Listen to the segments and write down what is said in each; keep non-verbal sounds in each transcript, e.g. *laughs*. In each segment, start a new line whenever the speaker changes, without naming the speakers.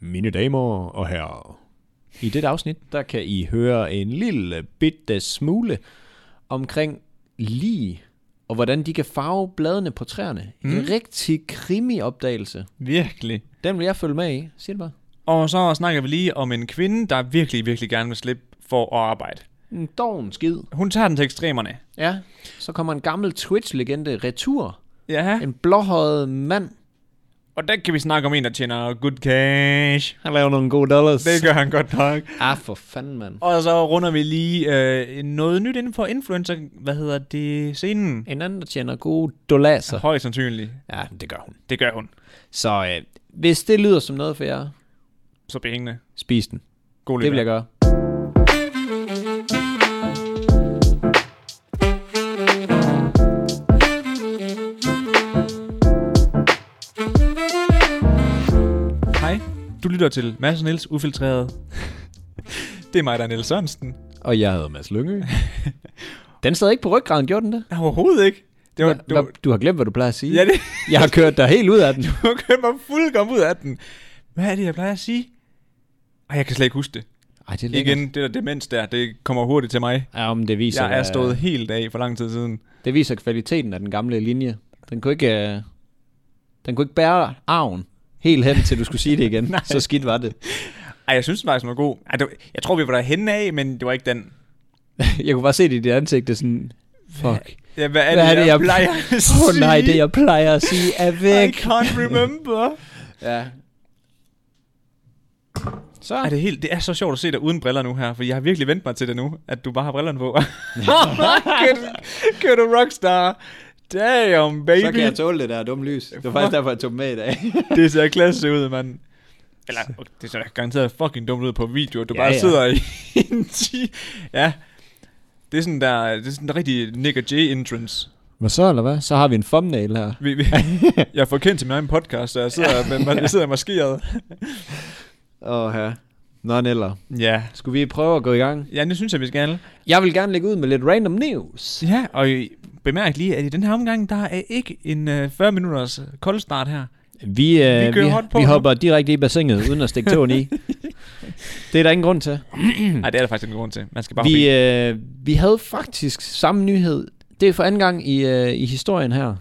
Mine damer og herrer. I dette afsnit, der kan I høre en lille bitte smule omkring lige og hvordan de kan farve bladene på træerne. Mm. En rigtig krimiopdagelse.
Virkelig.
Den vil jeg følge med i. Sig det bare.
Og så snakker vi lige om en kvinde, der virkelig, virkelig gerne vil slippe for at arbejde.
En doven skid.
Hun tager den til ekstremerne.
Ja, så kommer en gammel Twitch-legende retur.
Ja.
En blåhøjet mand.
Og der kan vi snakke om en, der tjener good cash.
Han laver nogle gode dollars.
Det gør han godt nok.
Ah, for fanden, mand.
Og så runder vi lige øh, noget nyt inden for influencer. Hvad hedder det? Scenen.
En anden, der tjener gode dollars.
Højst sandsynligt.
Ja, det gør hun.
Det gør hun.
Så øh, hvis det lyder som noget for jer,
Så bliver hængende.
spis den.
God
Det
lykke.
vil jeg gøre.
Hej. Du lytter til Mads og Niels Ufiltreret. *laughs* det er mig, der er Niels Sørensen.
Og jeg hedder Mads
*laughs*
Lyngø. den sad ikke på ryggraden, gjorde den det?
Nej, Overhovedet ikke. Det var, det
Hva,
var,
du... du har glemt, hvad du plejer at sige.
ja, det,
Jeg har kørt dig helt ud af
*laughs*
den.
du kørte mig fuldkommen ud af den. Hvad er det, jeg plejer at sige? Ej, jeg kan slet ikke huske det.
Ej, det er lækkert.
Igen, det der demens der, det kommer hurtigt til mig.
Ja, men det viser,
Jeg er
øh,
stået helt af for lang tid siden.
det viser kvaliteten af den gamle linje. Den kunne ikke, øh, den kunne ikke bære arven helt hen, til du skulle sige det
*laughs*
igen. Så skidt var det. *laughs*
Ej, jeg synes den faktisk, den var god. Ej, det var, jeg tror, vi var der henne af, men det var ikke den.
Jeg kunne bare se det i dit ansigt, det er sådan, fuck.
Ja, hvad er,
Hvad er det, jeg
plejer at
*laughs*
sige?
Åh oh, nej, det jeg plejer at sige er
I
væk.
can't
*laughs*
remember.
Ja. Så.
Ej, det, er helt, det er så sjovt at se dig uden briller nu her, for jeg har virkelig vendt mig til det nu, at du bare har brillerne
*laughs*
på. *laughs* Kører du rockstar? Damn, baby.
Så kan jeg tåle det der dumme lys. Det var faktisk derfor, jeg tog dem med i dag.
det ser klasse ud, mand. Eller, okay, det ser garanteret fucking dumt ud på video, at du
Ja,
ja, bare
ja.
ja. sidder i *laughs* en ti... Ja, det er sådan der, det er sådan der rigtig Nick og Jay entrance.
Hvad så, eller hvad? Så har vi en thumbnail her. *laughs*
Vi, vi, jeg får kendt til min egen podcast, så jeg sidder, med, jeg sidder maskeret.
Åh, ja. Nå, eller.
Ja.
Skulle vi prøve at gå i gang?
Ja, det synes jeg, vi skal.
Jeg vil gerne lægge ud med lidt random news.
Ja, og I- bemærk lige, at i den her omgang, der er ikke en øh, 40 minutters koldstart her.
Vi, øh,
Vi kører hårdt på
vi
nu.
hopper direkte i bassinet, uden at stikke tåen
*laughs*
i. Det er der ingen grund til.
Nej, det er der faktisk en grund til. Man skal bare
Hmm. Vi,
forbi.
øh, vi havde faktisk samme nyhed. Det er for anden gang i, øh, i historien her.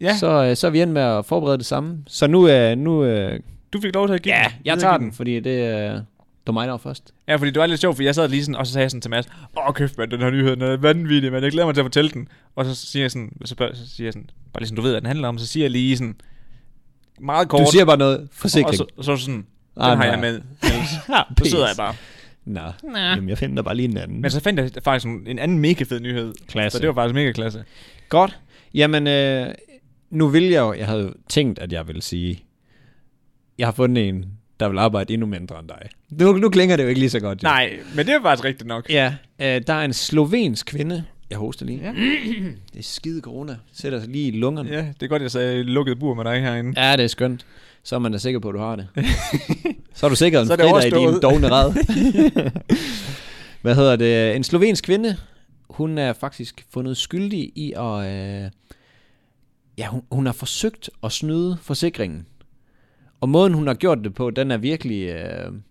Ja, så.
Så, øh, så er vi endt med at forberede det samme. Så nu, øh, nu øh,
du fik lov til at give
ja,
den.
jeg
Videre
tager
give
den, fordi det, øh, det var mig, der var først.
Ja, fordi det var lidt sjovt, for jeg sad lige sådan, og så sagde jeg sådan til Mads, åh kæft mand, den her nyhed, den er vanvittig, men jeg glæder mig til at fortælle den. Og så siger jeg sådan, så, spørger, så siger jeg sådan, bare lige sådan, du ved, hvad den handler om, så siger jeg lige sådan, meget kort.
Du siger bare noget
og
forsikring.
så, og så er du sådan, den
Ah,
har
nej.
jeg
*laughs*
med. Niels."
Ah, *laughs*
Så sidder jeg bare.
Nå,
Næh.
Jamen, jeg finder bare lige en anden.
Men så fandt jeg faktisk en, en anden mega fed nyhed.
Klasse.
Så det var faktisk mega klasse.
Godt. Jamen, øh, nu vil jeg jo, jeg havde jo tænkt, at jeg ville sige, jeg har fundet en, der vil arbejde endnu mindre end dig. Nu, nu klinger det jo ikke lige så godt. Jo.
Nej, men det er faktisk rigtigt nok.
Ja, øh, der er en slovensk kvinde. Jeg hoster lige. Ja. det er skide corona. Sætter sig lige i lungerne. Ja.
Ja, det er godt, jeg sagde lukket bur med dig herinde.
ja, det er skønt. Så er man da sikker på, at du har
*laughs*
det. så er du sikkert en
Så er det
fredag i din
overstået.
dogne
*laughs*
ræd. *laughs* Hvad hedder det? En slovensk kvinde. Hun er faktisk fundet skyldig i at... Øh, ja, hun, hun har forsøgt at snyde forsikringen. Og måden, hun har gjort det på, den er virkelig... Øh,
Den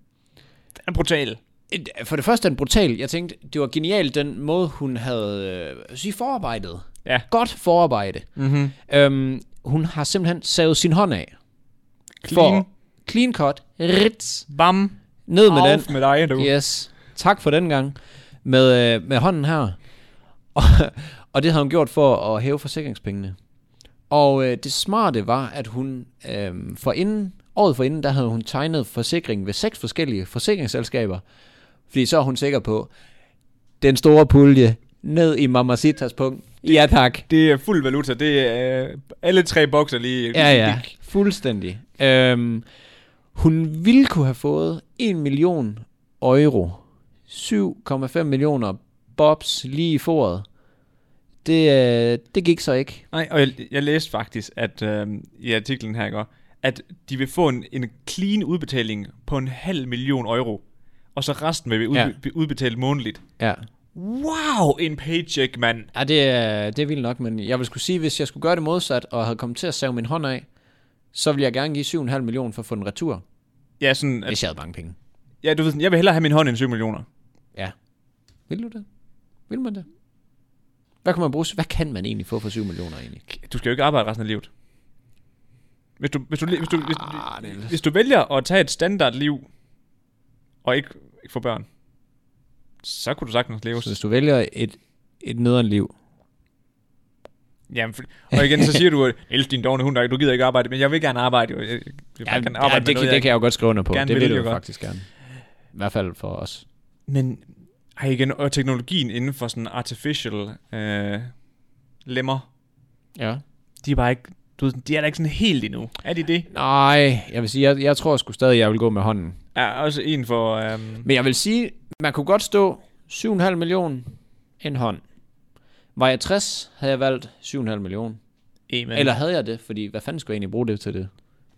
er brutal.
Et- For det første er den brutal. Jeg tænkte, det var genialt den måde, hun havde øh, sige, forarbejdet.
Ja.
Godt forarbejde.
Mm-hmm.
Øhm, hun har simpelthen savet sin hånd af.
Clean.
clean cut. Ritz.
Bam.
Ned med
Af
den.
med dig, du.
Yes. Tak for den gang. Med, øh, med hånden her. *laughs* Og, og det havde hun gjort for at hæve forsikringspengene. Og øh, det smarte var, at hun øh, for inden, året for inden, der havde hun tegnet forsikring ved seks forskellige forsikringsselskaber. Fordi så er hun sikker på, den store pulje ned i Mamacitas punkt. Ja tak.
Det er fuld valuta. Det er øh, alle tre bokser lige.
Ja, ja. ligesom Fuldstændig. Øhm, hun ville kunne have fået 1 million euro. 7,5 millioner bobs lige i foråret. Det, øh, det gik så ikke.
Nej, og jeg, jeg læste faktisk, at øh, i artiklen her, ikke, også, at de vil få en, en clean udbetaling på en halv million euro. Og så resten vil blive
Ja.
udbe- blive udbetalt månedligt.
Ja.
Wow, en paycheck, mand.
Ja, det, er- det er vildt nok, men jeg vil skulle sige, hvis jeg skulle gøre det modsat, og havde kommet til at save min hånd af, så ville jeg gerne give 7,5 millioner for at få den retur.
Ja, sådan, at,
Hvis jeg havde mange penge.
ja, du ved, sådan, jeg vil hellere have min hånd end 7 millioner.
Ja. Vil du det? Vil man det? Hvad kan man bruge? Hvad kan man egentlig få for 7 millioner egentlig?
Du skal jo ikke arbejde resten af livet. Hvis du, hvis du, hvis du, hvis,
Ah, det er lidt-
hvis du vælger at tage et standard liv, og ikke, ikke få børn, så kunne du sagtens leve.
Så hvis du vælger et, et nederen liv.
Jamen, for, og igen, så siger du, at elsk din dogne hund, og du gider ikke arbejde, men jeg vil gerne arbejde. jo. Jeg, jeg, jeg
Ja,
kan
ja,
arbejde
det, kan, det kan jeg jo godt skrive under på.
gerne
Det
vil,
vil du
jo
jo
godt.
faktisk gerne. I hvert fald for os.
Men ej, igen, og teknologien inden for sådan artificial øh, lemmer,
Ja.
de er bare ikke, du ved, de er da ikke sådan helt endnu. Er de det?
Nej, jeg vil sige, jeg, jeg tror sgu stadig, jeg vil gå med hånden.
Er også en for... Øhm,
Men jeg vil sige, man kunne godt stå 7,5 millioner en hånd. Var jeg 60, havde jeg valgt 7,5 millioner.
Amen.
Eller havde jeg det? Fordi hvad fanden skulle jeg egentlig bruge det til det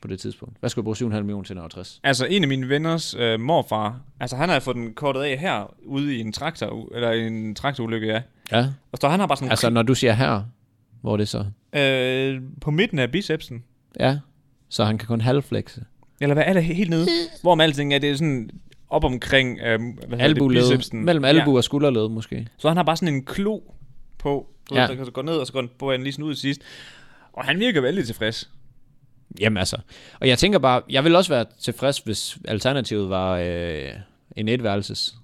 på det tidspunkt? Hvad skulle jeg bruge 7,5 millioner til, når jeg var 60?
Altså, en af mine venners øh, morfar, altså han har fået den kortet af her, ude i en traktor, eller i en traktorulykke, ja.
Ja.
Og så han har bare sådan
Altså, når du siger her, hvor er det så?
øh, på midten af bicepsen.
Ja. Så han kan kun halvflexe.
Eller hvad er det helt nede? Hvor med alting er det sådan op omkring øh, hvad hedder det,
Albueled.
bicepsen.
Mellem albu og skulderled måske.
Så han har bare sådan en klo på, du ja.
Ja.
ved, der kan gå ned, og så går den på en lige sådan ud til sidst. Og han virker vældig tilfreds.
Jamen altså. Og jeg tænker bare, jeg ville også være tilfreds, hvis alternativet var øh, en etværelses,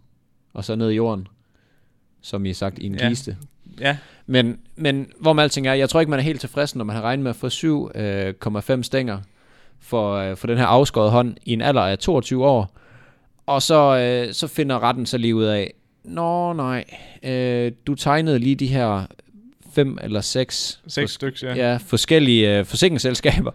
og så ned i jorden, som I har sagt, i en
Ja.
ja. kiste.
Ja,
Men, men hvor med alting er, jeg tror ikke, man er helt tilfreds, når man har regnet med at få 7,5 stænger for, øh, for den her afskårede hånd i en alder af 22 år. Og så, øh, så finder retten så lige ud af, Nå nej, øh, du tegnede lige de her fem eller seks
seks stykker, ja.
ja, forskellige øh, forsikringsselskaber.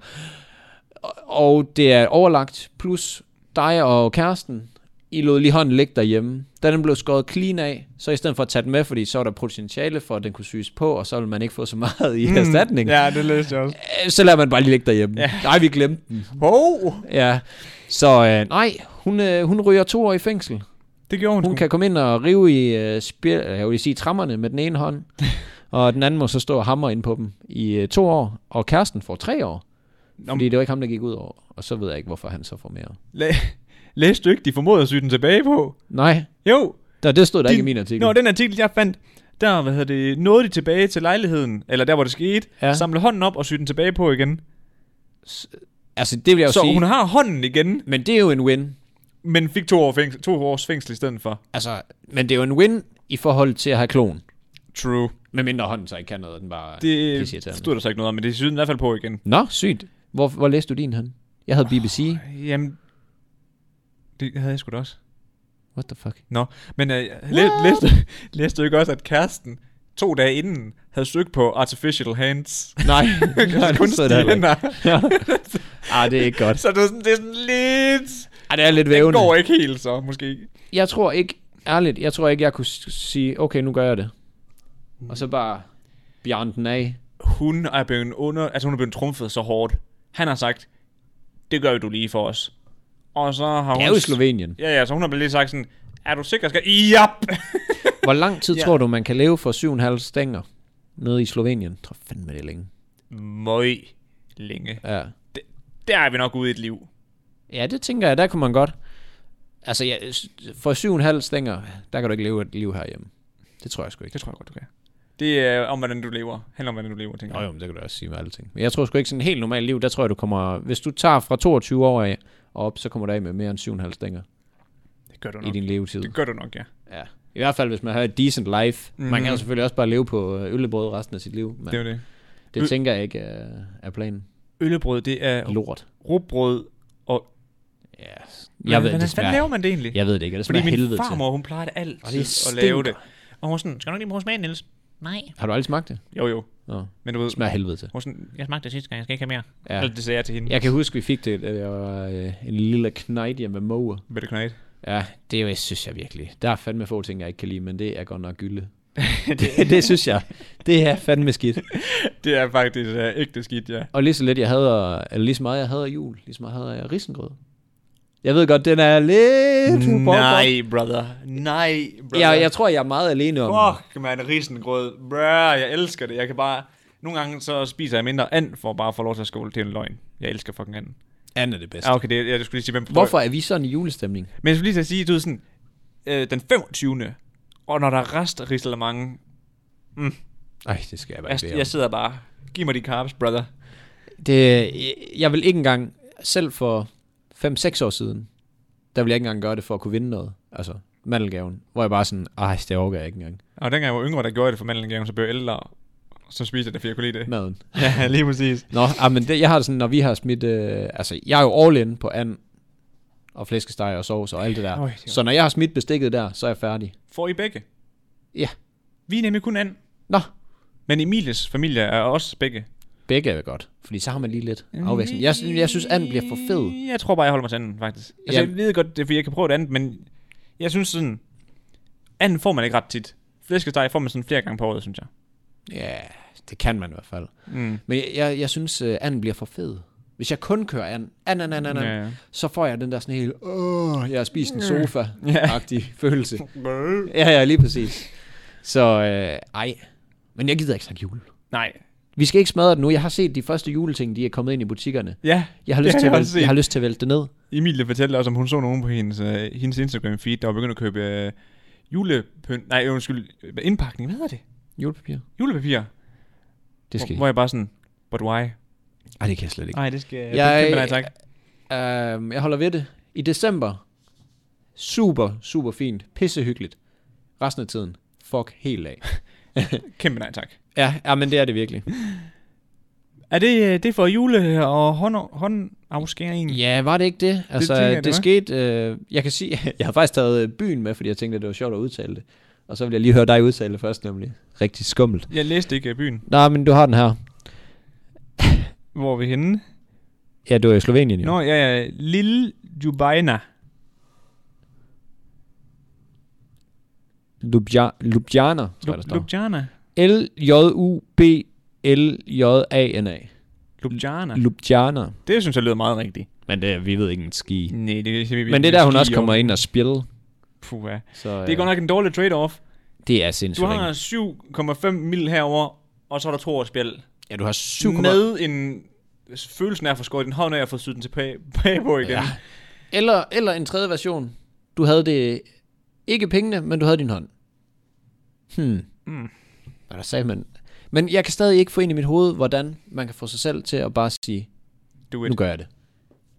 Og, og det er overlagt, plus dig og kæresten, I lod lige hånden ligge derhjemme. Da den blev skåret clean af, så i stedet for at tage den med, fordi så var der potentiale for, at den kunne syes på, og så ville man ikke få så meget i mm, erstatning,
Ja, det læste jeg også.
øh, så lader man bare lige ligge derhjemme.
Ja.
Ja. Nej, vi glemte den.
Oh!
Ja. Så øh, nej, hun, øh, hun ryger to år i fængsel.
Det gjorde hun,
Hun kan komme ind og rive i øh, spil, eller jeg vil sige trammerne med den ene
*laughs*
hånd, og den anden må så stå og hamre ind på dem i øh, to år, og kæresten får tre år,
Nå,
fordi det var ikke ham, der gik ud over, og så ved jeg ikke, hvorfor han så får mere.
læ- læste du ikke, de formoder at sy den tilbage på?
Nej,
Jo,
der, det stod der
Din-
ikke i min artikel.
Nå, den artikel, jeg fandt, der hvad hedder det, nåede de tilbage til lejligheden, eller der, hvor det skete, ja.
Ja.
samle hånden op og sy den tilbage på igen.
Altså, det vil jeg jo
Så
sige,
hun har hånden igen,
men det er jo en win.
men fik to, år fængsel, to års fængsel i stedet for.
Altså, men det er jo en win i forhold til at have klon.
True.
Med mindre hånden så ikke kan noget, den bare
Det
pisseirriterende.
stod der så ikke noget om, men det syede den i hvert fald på igen.
Nå, sygt. Hvor, hvor læste du din hen? Jeg havde BBC.
Jamen, det havde jeg sgu da også.
What the fuck?
Nå, men uh, læ- læste, *laughs* læste du ikke også, at kæresten to dage inden havde søgt på artificial
*laughs*
hands? *laughs*
Nej, nej
Altså
det stod der
kunstige
heller ikke.
hænder.
Ja. *laughs* Ah, det er ikke godt.
Så det er sådan, det er sådan lidt...
Ah, det er lidt
Det
vævende.
går ikke helt så, måske.
jeg tror ikke, ærligt, jeg tror ikke, jeg kunne s- sige, okay, nu gør jeg det. Og så bare bjørn den af.
hun er blevet under, altså hun er blevet trumfet så hårdt. Han har sagt, det gør du lige for os. Og så har
Det er
hun...
jo i Slovenien.
Ja, ja, så hun har lige sagt sådan, er du sikker, skal... Jap!
Hvor lang tid
Ja.
tror du, man kan leve for 7,5 stænger nede i Slovenien? Jeg tror fandme, det er længe.
*laughs* Møj længe.
Ja.
Der er vi nok ude i et liv.
ja, det tænker jeg, der kunne man godt. Altså, ja, s- for 7,5 stænger, der kan du ikke leve et liv herhjemme. Det tror jeg sgu ikke.
Det tror jeg godt, du kan. Det er om, hvordan du lever. Handler om, hvordan du lever, tænker
Nå
jeg.
jo, men det kan du også sige med alting. Men jeg tror sgu ikke sådan et helt normalt liv, der tror jeg, du kommer... Hvis du tager fra 22 år af og op, så kommer du af med mere end 7,5 stænger
Det gør du
i
nok.
din levetid.
Det gør du nok, ja.
Ja. I hvert fald, hvis man har et decent life. Mm. Man
Mhm.
kan jo selvfølgelig også bare leve på øh, øllebrød resten af sit liv. Men
Det er
det,
jo det. øl-
det tænker jeg ikke er, er planen.
Øllebrød, det er
Lort.
rugbrød og...
Ja. Jeg ved,
Hvordan
det
fanden
smager,
laver man det egentlig?
jeg ved det ikke, og det
Fordi
smager
min
helvede
farmor, hun plejer det altid
Og det
at lave det.
stinker.
Og hun er sådan, skal du ikke lige prøve smagen, Niels? Nej.
til. Har du aldrig smagt det?
Jo, jo.
Nå.
Men du ved,
Det smager helvede til.
Hun var sådan, jeg smagte det sidste gang, jeg skal ikke have mere. Ja.
Ja.
Eller det sagde jeg til hende.
Jeg kan huske, vi fik det, da jeg var øh, en lille knejt hjemme med Moe.
Med det knæt.
Ja, det er jo- jeg synes jeg virkelig. Der er fandme få ting, jeg ikke kan lide, men det er godt nok
*laughs*
gylde. det, det synes jeg. Det er fandme skidt.
Det er faktisk uh, ægte skidt, ja.
Og lige så lidt jeg hader, eller lige så meget jeg hader jul, lige så meget hader jeg risengrød. Jeg ved godt, den er lidt...
Nej, brother. Nej, brother.
Jeg, jeg tror, jeg er meget alene om oh.
Fuck, man, risengrød. Brr, jeg elsker det. Jeg kan bare... Nogle gange så spiser jeg mindre and, for at bare få lov til at skåle til en løgn. Jeg elsker fucking anden.
Anne er det bedste.
Ja, okay, det, jeg, jeg skulle lige sige, hvem
Hvorfor er vi sådan i julestemning?
Men jeg skulle lige til at sige, du ved sådan, øh, den 25. Og når der er rest af mange, Mm,
Nej, det skal jeg bare
jeg,
ikke bede om.
jeg sidder bare, giv mig de carbs, brother.
Det, jeg vil ikke engang, selv for 5-6 år siden, der ville jeg ikke engang gøre det for at kunne vinde noget. Altså, mandelgaven. Hvor jeg bare sådan, ej, det overgår jeg ikke engang. *laughs*
Og dengang jeg var yngre, der gjorde jeg det for mandelgaven, så blev jeg ældre, så spiste jeg det, fordi jeg kunne lide det.
Maden.
*laughs* ja, lige præcis.
Nå, ah, men det, jeg har det sådan, når vi har smidt, øh, altså, jeg er jo all in på and og flæskesteg og sovs og alt det der.
Øj, det var-
så når jeg har smidt bestikket der, så er jeg færdig.
Får I begge?
Ja.
Vi er nemlig kun and.
Nå,
Men Emilies familie er også begge.
begge er godt, fordi så har man lige lidt afveksling. Jeg, synes- jeg synes, and bliver for fed.
Jeg tror bare, jeg holder mig til anden, faktisk. Altså,
Jamen.
jeg ved godt, det er, fordi jeg kan prøve det andet, men jeg synes sådan, anden får man ikke ret tit. Flæskesteg får man sådan flere gange på året, synes jeg.
Ja, det kan man i hvert fald.
Mm.
Men jeg, jeg, jeg synes, uh, anden bliver for fed. Hvis jeg kun kører and, and, and, and, and, and
Ja, ja.
så får jeg den der sådan helt, åh, jeg har spist en sofa-agtig følelse. Ja, ja, lige præcis. Så øh, ej, men jeg gider ikke snakke jul.
Nej.
Vi skal ikke smadre det nu. Jeg har set de første juleting, de er kommet ind i butikkerne.
*laughs* Ja,
Jeg har
Det
lyst,
har
til,
jeg
at
også
vælte,
set.
jeg har lyst til at vælte det ned.
Emilie fortalte også, om hun så nogen på hendes, øh, hendes Instagram-feed, der var begyndt at købe øh, julepynt. Nej, undskyld. øh, Indpakning. Hvad hedder det?
Julepapir?
Julepapir.
Det skal
hvor,
jeg
hvor jeg bare sådan, but why?
ikke. Ej, det kan jeg slet ikke.
Nej, det skal jeg...
Jeg-
Kæmpe nej, tak.
Øhm, jeg holder ved det. I december, super, super fint. Pissehyggeligt. Resten af tiden, fuck helt af.
Kæmpe nej, tak.
Ja, ja, men det er det virkelig.
Er det, øh, det for jule og hånd, håndafskæring?
Ja, var det ikke det? Altså,
tænker
det,
jeg,
det,
det
det skete...
var.
Øh, jeg kan sige, *laughs* jeg har faktisk taget øh, byen med, fordi jeg tænkte, at det var sjovt at udtale det. Og så vil jeg lige høre dig udtale det først, nemlig. Rigtig skummelt.
Jeg læste ikke øh, byen.
Nej, men du har den her.
Hvor er vi henne?
Ja, du er i Slovenien jo.
Nå, ja, ja. Lille Jubaina.
Lubja, Ljubljana, tror jeg, der
Lu-
står.
Ljubljana.
L-J-U-B-L-J-A-N-A.
Ljubljana.
Ljubljana.
Det synes jeg lyder meget rigtigt.
Men det, vi ved ikke en ski.
Nej, det, det, vi,
Men det er der, hun også kommer ind og spiller.
Puh, ja.
Så, øh,
Det er godt nok en dårlig trade-off.
det er
Du
sindssygt.
har 7,5 mil herover og så er der to års spjæld.
ja, du har 7,
Med en følelsen af at få skåret din hånd af at få syet den tilbage på igen. Ja.
Ja. Eller, eller en tredje version. Du havde det ikke pengene, men du havde din hånd. Hmm.
Mm.
Og der sagde man... Men jeg kan stadig ikke få ind i mit hoved, hvordan man kan få sig selv til at bare sige,
Do
nu
it.
gør jeg det.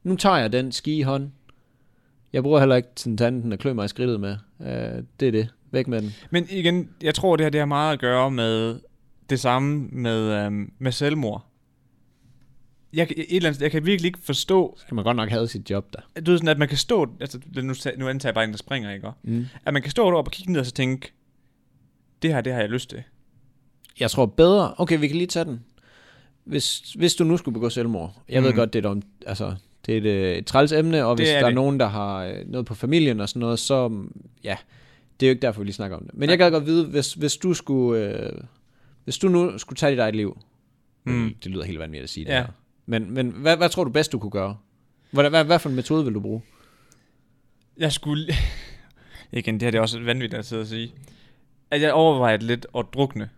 Nu tager jeg den skihånd. Jeg bruger heller ikke sådan tanden og klør mig i skridtet med. Øh, det er det. Væk med den.
Men igen, jeg tror, det her det har meget at gøre med det samme med, øhm, med selvmord. Jeg, kan- et eller andet, jeg kan virkelig ikke forstå,
Kan man godt nok have sit job der.
du ved sådan, at man kan stå, altså nu, ta- nu antager jeg bare en, der springer, ikke? også?
Mm.
At man kan stå deroppe og kigge ned og så tænke, det her, det har jeg lyst til.
Jeg tror bedre... Okay, vi kan lige tage den. Hvis, hvis du nu skulle begå selvmord. Jeg mm. ved
Mm.
godt, det er et, om, altså, det er et, øh, et træls emne, og
Det
hvis
er
der er
det.
nogen, der har øh, noget på familien og sådan noget, så mm, ja, det er jo ikke derfor, vi lige snakker om det. Men jeg
Nej.
gad godt vide, hvis, hvis du skulle... Øh, hvis du nu skulle tage dit eget liv.
Mm.
Det lyder helt vanvittigt at sige det
Ja.
her. Men, men hvad, hvad tror du bedst, du kunne gøre? Hvad, hvad, hvad for en metode vil du bruge?
Jeg skulle... *laughs* igen, det her det er også vanvittigt at sidde og sige. At jeg overvejede lidt at drukne.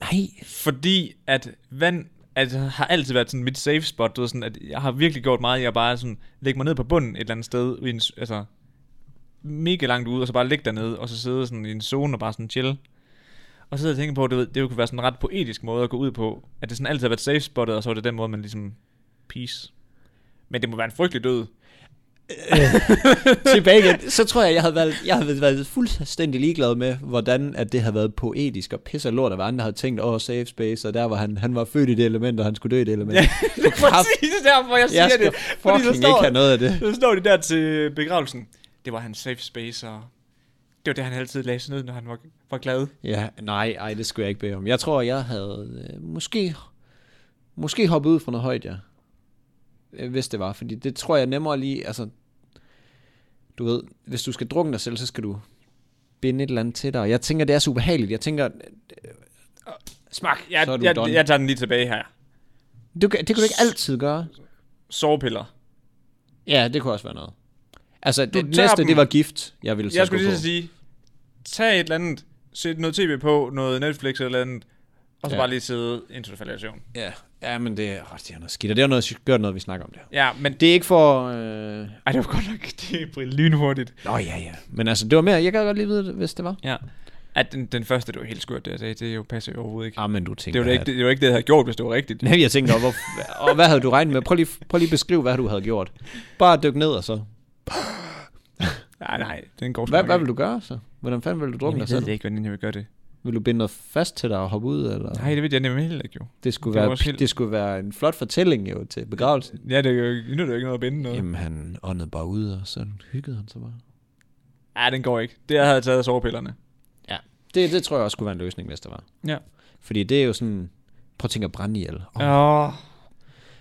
Nej.
Fordi at vand altså, har altid været sådan mit safe spot. Du ved, sådan, at jeg har virkelig gjort meget. Jeg bare sådan, lægge mig ned på bunden et eller andet sted. I en, s- altså, mega langt ude, og så bare ligge dernede, og så sidde sådan i en zone og bare sådan chill. Og så sidder jeg og tænker på, du ved, det jo kunne være sådan en ret poetisk måde at gå ud på. At det sådan altid har været safe spottet, og så var det den måde, man ligesom... Peace. Men det må være en frygtelig død.
tilbage igen, så tror jeg, jeg havde været, jeg havde været fuldstændig ligeglad med, hvordan at det havde været poetisk og pisser lort, at andre havde tænkt over safe space, og der var han, han var født i det element, og han skulle dø i det element. Ja,
Det er *laughs* præcis derfor, jeg siger
jeg skal
det. Fordi
fucking
der
ikke
står,
have noget af det.
så står de der til begravelsen. Det var hans safe space, og det var det, han altid lagde sig ned, når han var, var glad.
Ja, nej, ej, det skulle jeg ikke bede om. Jeg tror, jeg havde øh, måske, måske hoppet ud fra noget højt, ja. Øh, Hvis det var, fordi det tror jeg nemmere lige, altså, du ved, hvis du skal drukne dig selv, så skal du binde et eller andet til dig. Og Jeg tænker, det er så ubehageligt. Jeg tænker,
Smak. Jeg,
Så er du
jeg,
done.
jeg tager den lige tilbage her.
du, kan- det kan du ikke altid gøre.
Sovepiller.
Ja, det kunne også være noget. Altså, det
tager
næste,
dem.
det var gift, jeg ville så
Jeg skulle
gå
lige
på.
så sige, tag et eller andet, sæt noget tv på, noget Netflix eller andet, Og så
Ja.
bare lige sidde indtil du falder i søvn.
Ja, ja men det, åh, det er noget skidt, og det er jo noget, sy- gør noget, vi snakker om det.
Ja, men det...
Det er ikke for... Øh...
Ej, det var godt nok *laughs* det er lynhurtigt.
Nå ja, ja. Men altså, det var mere, jeg gad godt lige vide, det, hvis det var.
Ja. At den, den første, det var helt skørt, det jeg sagde, det jo passer jo overhovedet ikke.
Ah, men du tænker...
Det var, da ikke, det, det var ikke det, jeg havde gjort, hvis det var rigtigt.
Nej, jeg tænker, hvor, og hvad havde du regnet med? Prøv lige, prøv lige at beskrive, hvad du havde gjort. Bare dyk ned og så.
Nej, nej, den går sgu
Hvad,
nok
hvad
ikke.
vil du gøre så? Hvordan fanden vil du drukne dig
Jeg ved
selv?
det ikke, hvordan jeg vil gøre det.
Vil du binde noget fast til dig og hoppe ud? Eller?
Nej, det ved jeg nemlig heller ikke jo.
det, skulle
det var
være,
også helt-
det skulle være en flot fortælling jo til begravelsen.
Ja, det er jo, nu er det jo ikke noget at binde noget.
Jamen, han åndede bare ud, og så hyggede han sig bare.
Nej, den går ikke. Det jeg havde taget af sovepillerne.
Det, det tror jeg også skulle være en løsning, hvis der var.
Ja.
Fordi det er jo sådan... Prøv at tænke at brænde ihjel. Oh. Ja.
Oh.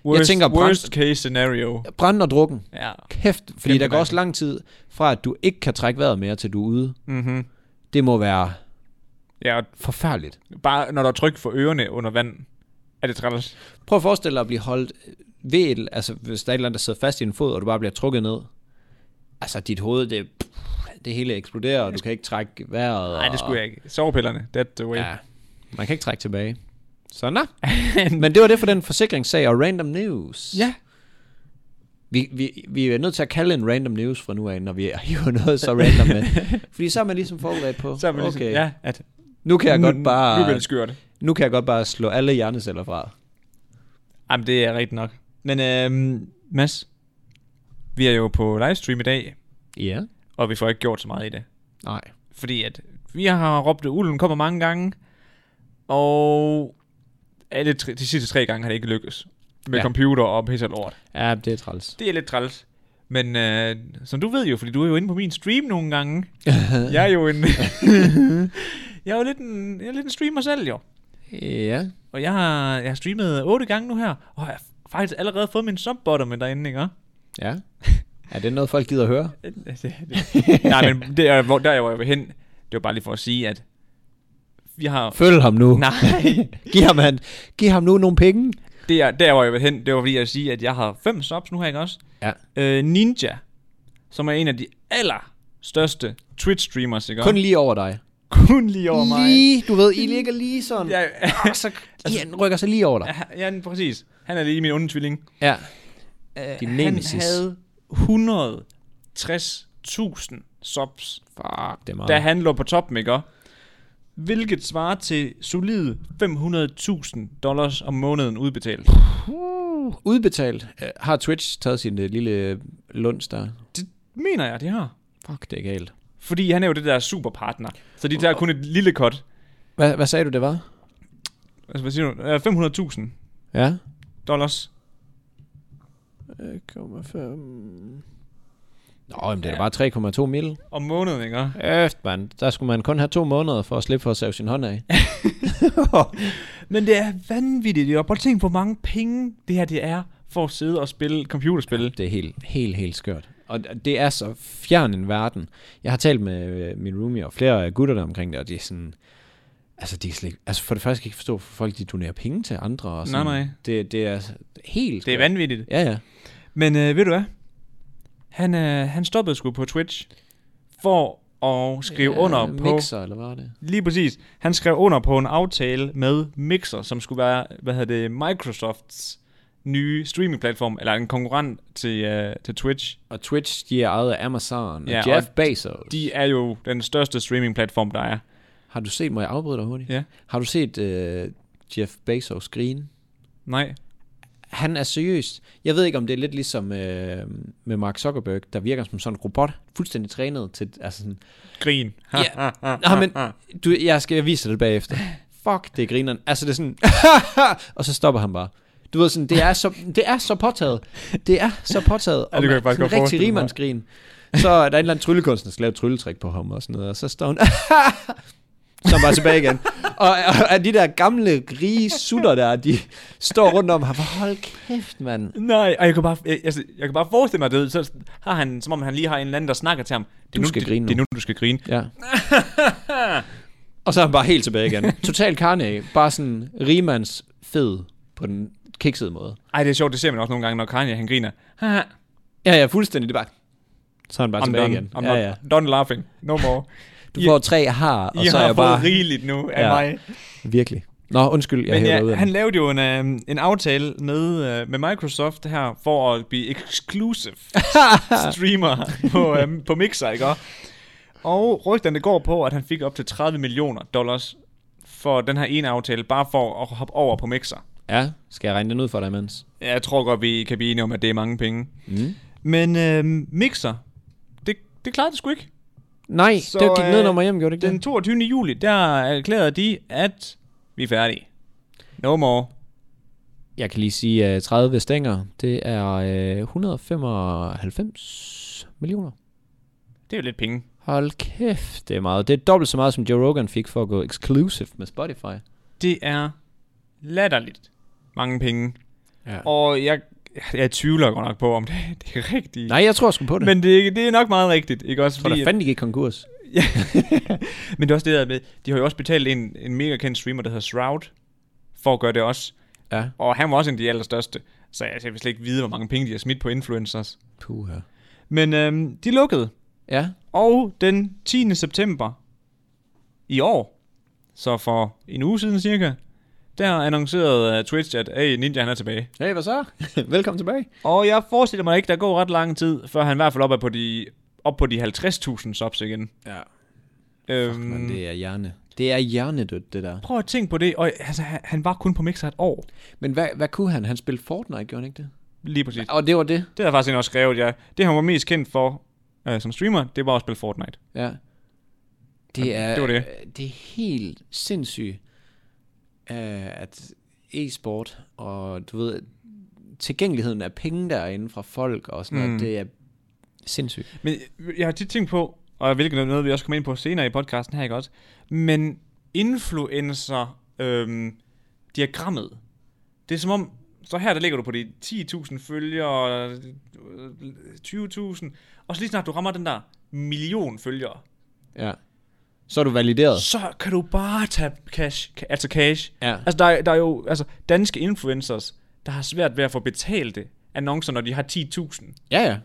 Worst, jeg
tænker
tænker,
brand-
worst case scenario.
Brænde og drukken.
Ja.
Kæft, fordi
Kæmpe
der går
mand.
også lang tid fra, at du ikke kan trække vejret mere, til du er ude.
Mm-hmm.
Det må være
Ja, og
forfærdeligt.
bare når der er tryk for ørerne under vand, er det træls.
Prøv at forestille dig at blive holdt ved et, altså hvis der er et eller andet, der sidder fast i en fod, og du bare bliver trukket ned. Altså dit hoved, det, det hele eksploderer, og du kan ikke trække vejret.
Nej, det skulle jeg ikke. Sovepillerne, that's the way.
Ja, man kan ikke trække tilbage. Så nå. Men det var det for den forsikringssag og random news.
*laughs* ja.
Vi, vi, vi er nødt til at kalde en random news fra nu af, når vi hiver noget så random
*laughs*
med. Fordi så er man ligesom forberedt på,
Så er man ligesom,
okay,
ja, at
nu, kan jeg
nu-
godt
Nu bliver
bare,
det skørt.
nu kan jeg godt bare slå alle hjerneceller fra.
Jamen, det er rigtigt nok. Men øhm, Mads, vi er jo på livestream i dag,
Ja.
og vi får ikke gjort så meget i det.
Nej.
Fordi at vi har råbt, at ulden kommer mange gange, og alle tre, de sidste tre gange har det ikke lykkes. Med
Ja.
ja. computer og pisse og lort.
Ja, det er
*laughs*
træls.
Det er lidt træls. Men øh, som du ved jo, fordi du er jo inde på min stream nogle gange. jeg er jo en... *laughs* jeg er jo lidt en, jeg er lidt en streamer selv, jo.
Ja.
Og jeg har, jeg har streamet otte gange nu her, og jeg har faktisk allerede fået min subbotter med derinde, ikke?
Ja. Er det noget, folk gider at høre?
*laughs* Nej, men det er, hvor, der hvor jeg vil hen, det var bare lige for at sige, at vi har...
Følg ham nu.
Nej,
Giv ham, han, giv ham nu nogle penge.
det er, der hvor jeg vil hen, det var fordi jeg vil sige, at jeg har fem subs nu her, ikke også?
Ja.
Øh, Ninja, som er en af de aller største Twitch-streamers, ikke
Kun lige over dig.
kun lige over mig.
Lige, du ved, I ligger lige sådan.
Ja,
Og så altså, han rykker sig lige over dig.
ja, *laughs* ja, præcis. Han er lige min onde tvilling.
Ja.
Øh,
Din
han
nemesis.
havde 160.000 subs,
Fuck, det er meget.
da han lå på toppen, ikke? Hvilket svarer til solide 500.000 dollars om måneden udbetalt.
Uh, udbetalt. Øh, Har Twitch taget sin øh, lille lunds der?
Det mener jeg, de har.
Fuck, det er galt.
Fordi han er jo det der superpartner. Så de tager kun et lille cut.
Hvad, hvad sagde du, det var?
Altså, hvad siger du? Øh, 500.000
Ja.
dollars.
1,5... Nå, jamen, det er da bare 3,2 mil.
Om måneden, ikke?
Øft, mand. Der skulle man kun have to måneder for at slippe for at save sin hånd af.
Men det er vanvittigt, jo. Prøv at tænke på, hvor mange penge det her det er for at sidde og spille computerspil.
Det er helt, helt, helt skørt. Og det er så fjern en verden. Jeg har talt med øh, min roomie og flere af gutterne omkring det, og de er sådan... Altså, de er slet, ikke- altså for det første kan jeg ikke forstå, hvorfor folk de donerer penge til andre. Og sådan.
Nej, nej.
Det, det er helt
Det er
skørt.
vanvittigt.
Ja, ja.
Men øh, ved du hvad? Han, øh, han stoppede sgu på Twitch for at skrive
ja,
under på...
Øh, Mixer, eller hvad var det?
Lige præcis. Han skrev under på en aftale med Mixer, som skulle være, hvad hedder det, Microsofts nye streamingplatform, eller en konkurrent til, øh, til Twitch.
Og Twitch, de er ejet af Amazon ja,
Ja,
og Jeff Bezos. De...
De er jo den største streamingplatform, der er.
Har du set, må jeg afbryde dig hurtigt?
Ja.
Har du set øh, Jeff Bezos grine?
Nej.
han er seriøst. Jeg ved ikke, om det er lidt ligesom øh, med Mark Zuckerberg, der virker som sådan en robot, fuldstændig trænet til, altså sådan,
Grin. Ha,
Ja.
ha, ha,
Nå, men-
ha.
du, jeg skal vise dig det bagefter. Fuck, det er grineren. Altså, det er
*laughs*
sådan, og så stopper han bare. Du ved sådan, det er så, det er så påtaget. Det er så påtaget.
Ja, det kan jeg
med
faktisk
sådan
godt
en rigtig
forestille mig.
rimandsgrin. Så er der en eller anden tryllekunstner, der skal lave et trylletrik på ham og sådan noget, og så står hun, så er han bare tilbage igen. Og, og, og, de der gamle, rige sutter der, de står rundt om ham. Hold kæft, mand.
Nej, og jeg kan bare, jeg, altså, jeg kan bare forestille mig, at det, så har han, som om han lige har en eller anden, der snakker til ham. Det er
Du skal
det,
grine nu.
Det er nu, du skal grine.
Ja. og så er han bare helt tilbage igen. Total carnage. Bare sådan rimands fed på den kiksede måde.
Ej, det er sjovt, det ser man også nogle gange, når Kanye, han griner. Haha,
Ja, ja, fuldstændig. Det er bare... Så er han bare
*laughs* I'm
tilbage
done.
igen.
I'm
ja,
not,
ja.
done laughing. No more.
Du
I-
får tre har, og
I
så
har
er jeg
fået
bare...
rigeligt nu af
Ja.
ja. mig.
Virkelig. Nå, undskyld, jeg
Men
hæver ja, ud
ja,
af han...
han lavede jo en, øh, en aftale med, øh, med Microsoft her, for at blive
*laughs*
exclusive streamer på, øh, på Mixer, ikke også? Og rygterne går på, at han fik op til 30 millioner dollars for den her ene aftale, bare for at hoppe over på Mixer.
Ja, skal jeg regne den ud for dig, mens?
Jeg tror godt, vi kan blive enige om, at det er mange penge.
Mm.
Men øh, Mixer, det, det klarede det sgu ikke.
Nej,
Så,
så, det gik
øh,
ned nummer hjem, gjorde det ikke
Den
det?
22. juli, der erklærede de, at vi er færdige. No more.
Jeg kan lige sige, at 30 stænger, det er øh, 195 millioner.
Det er jo lidt penge.
Hold kæft, det er meget. Det er dobbelt så meget, som Joe Rogan fik for at gå exclusive med Spotify.
Det er latterligt mange penge.
Ja.
Og jeg, jeg tvivler godt nok på, om det, *laughs* det er rigtigt.
Nej, jeg tror sgu på det. Men,
Men det, det er nok meget rigtigt, ikke også?
jeg tror da
Fordi, at- *laughs*
fandme ikke konkurs.
men det er også det der med, de har jo også betalt en, en mega kendt streamer, der hedder Shroud, for at gøre det også.
Ja.
Og han var også en af de allerstørste. Så jeg, jeg vil slet ikke vide, hvor mange penge de har smidt på influencers.
Puh, her.
Men øhm, de lukkede.
Ja,
Og den 10. september i år, så for en uge siden cirka, der annoncerede øh, Twitch, at hey, Ninja han er tilbage.
Hey, hvad så? *laughs* Velkommen tilbage.
Og jeg forestiller mig ikke, der går ret lang tid, før han i hvert fald op er på de, op på de 50.000 subs igen.
Ja.
Øhm,
Men det er hjerne. Det er hjernedødt, det der.
Prøv at tænke på det. Og altså, han han var kun på Mixer et år.
Men hvad, hvad kunne han? Han spillede Fortnite, gjorde han ikke det?
Lige præcis.
Og det var det.
Det har jeg faktisk en også skrevet, ja. Det, han var mest kendt for øh, som streamer, det var at spille Fortnite.
Ja. Det er,
det var det.
øh, det er helt sindssygt, øh, at e-sport og du ved, tilgængeligheden af penge derinde fra folk og sådan mm.
Mm.
noget, det er sindssygt.
Men jeg har tit tænkt på, og hvilket er noget, vi også kommer ind på senere i podcasten her, ikke også? Men influencer øhm, diagrammet, det er som om, så her der ligger du på de 10.000 følgere, øh, 20.000, og så lige snart du rammer den der million følgere,
Ja. Så er du valideret.
så kan du bare tage cash, ca- altså cash.
Ja.
Altså der, er- der er jo altså, danske influencers, der har svært ved at få betalte annoncer, når de har 10.000.
Ja, ja.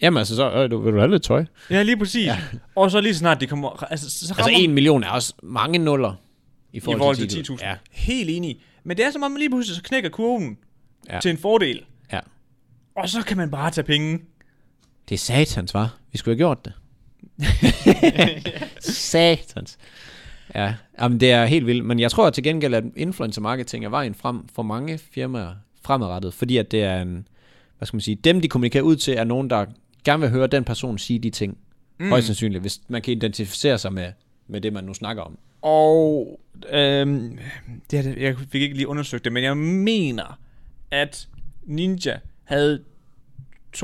Jamen altså, så øh, du, vil du have lidt tøj?
Ja, lige præcis. Ja. Og så lige så snart de kommer... Altså, så
Altså,
rammer-
en million er også mange nuller i
i
forhold,
forhold til
til
10.000.
Ja,
Helt enig. Men det er som om, man lige pludselig så knækker kurven ja.
Ja.
til en fordel.
ja.
Og så kan man bare tage penge.
Det er satans, var. Vi skulle have gjort det. satans. Ja, jamen, det er helt vildt. Men jeg tror til gengæld, at influencer marketing er vejen frem for mange firmaer fremadrettet, fordi at det er en, hvad skal man sige, dem de kommunikerer ud til, er nogen, der gerne vil høre den person sige de ting. Mm. Højst sandsynligt, hvis man kan identificere sig med, med det, man nu snakker om.
Og øhm, det her, det- jeg fik ikke lige undersøgt det, men jeg mener, at Ninja havde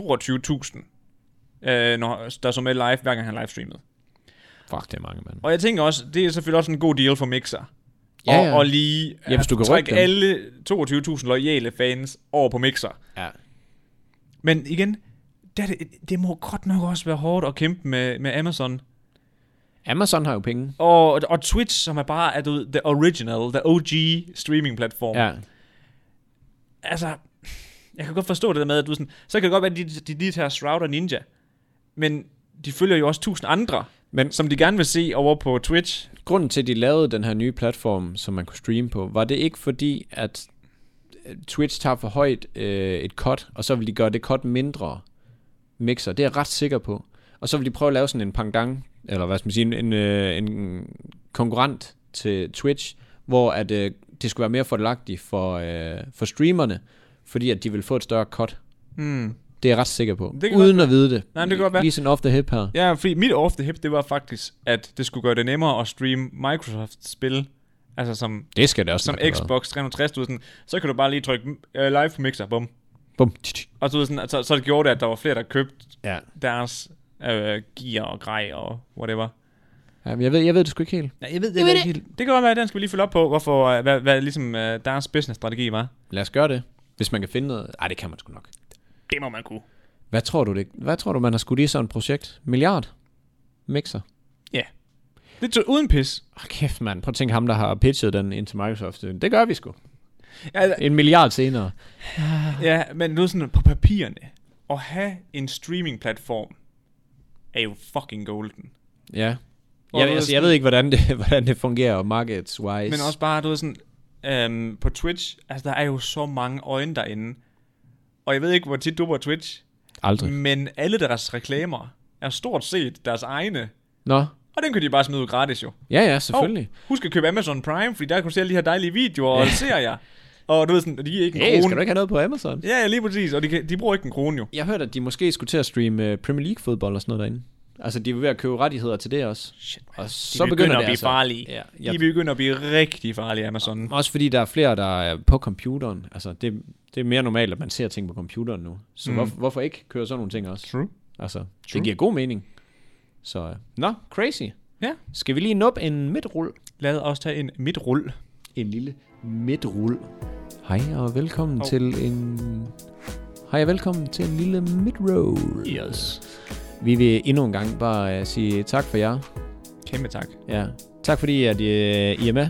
22.000, øh, når, der så med live, hver gang han livestreamede.
Fuck, det er mange, mand.
Og jeg tænker også, det er selvfølgelig også en god deal for Mixer.
Ja,
og,
ja.
og lige
Ja, hvis du kan
trække
rykke dem.
alle 22.000 loyale fans over på Mixer.
Ja.
Men igen, det, er det, det må godt nok også være hårdt at kæmpe med, med Amazon.
Amazon har jo penge.
Og, og Twitch, som er bare er, du, ved, the original, the OG streaming-platform.
Ja.
Altså, jeg kan godt forstå det der med, at du sådan, så kan det godt være, at de, de lige tager Shroud og Ninja. Men de følger jo også tusind andre,
Men-
som de gerne vil se over på Twitch.
grunden til, at de lavede den her nye platform, som man kunne streame på, var det ikke fordi, at øh, Twitch tager for højt øh, et cut, og så vil de gøre det cut mindre mixer. Det er jeg ret sikker på. Og så vil de prøve at lave sådan en pangdang, eller hvad skal man sige, en, en, øh, en konkurrent til Twitch, hvor at, øh, det skulle være mere fordelagtigt for, øh, for streamerne, fordi at de vil få et større cut.
Mm.
Det er jeg ret sikker på.
Det kan
Uden at vide det.
Nej, men det kan godt være.
Lige sådan off the hip her.
Ja, fordi mit off the hip, det var faktisk, at det skulle gøre det nemmere at streame Microsoft-spil. Altså som
Det skal det også.
som
nok have været.
Xbox 360, du ved sådan, så kan du bare lige trykke øh, live på Mixer, bum.
Bum. Tch, tch.
Og så, ved sådan, at så, så det gjorde det, at der var flere, der købte
Ja.
deres øh, gear og grej og whatever.
Jamen, jeg ved, jeg ved det sgu ikke helt.
Ja, jeg ved,
Jeg ved det.
Det kan godt være, at den skal vi lige følge op på, hvorfor, øh, hvad, hvad ligesom øh, deres business-strategi var.
Lad os gøre det, hvis man kan finde noget. Ej, det kan man sgu nok.
Det må man kunne.
Hvad tror du, det, hvad tror du man har skudt i sådan et projekt? Milliard? Mixer?
Det tog uden pis.
Åh, kæft mand. Prøv at tænke ham, der har pitchet den ind til Microsoft. Det gør vi sgu.
Ja,
En milliard senere.
ja men nu sådan på papirerne. At have en streaming-platform er jo fucking golden.
Ja.
Hvor
Jeg,
du ved
*laughs* altså, jeg ved ikke, hvordan det, hvordan det fungerer markets-wise.
Men også bare, du ved sådan, øhm, på Twitch, altså der er jo så mange øjne derinde. Og jeg ved ikke, hvor tit du er på Twitch,
Aldrig.
men alle deres reklamer er stort set deres egne.
Nå,
Og den kan de bare smide ud gratis jo.
ja ja, selvfølgelig.
Og husk at købe Amazon Prime, fordi der kan du se alle de her dejlige videoer og serier. Og du ved sådan, de er ikke
Oh,
en
hey,
krone.
skal du ikke have noget på Amazon?
Ja, ja, lige præcis. Og de, kan, de bruger ikke en krone jo.
Jeg hørte, at de måske skulle til at streame øh, Premier League fodbold og sådan noget derinde. Altså, de er ved at købe rettigheder til det også.
Shit, man.
Og
De
så
så begynder,
begynder det
at blive altså.
altså.
farlige.
Ja,
Ja.
jeg,
De begynder at blive rigtig farlige, Amazon.
Også fordi der er flere, der er på computeren. Altså, det, det er mere normalt, at man ser ting på computeren nu. Så mm.
Mm.
hvorfor, hvorfor ikke køre sådan nogle ting også?
True.
Altså, True.
True.
det giver god mening. Så, øh, nå, crazy.
Ja.
Skal vi lige nuppe en midtrul?
Lad os tage en midtrul.
En lille midtrul. Hej og velkommen oh.
Hov.
til en... Hej og velkommen til en lille midroll. Yes. Vi vil endnu en gang bare uh, sige tak for jer.
Kæmpe tak.
Ja. Tak fordi at, uh, I er med.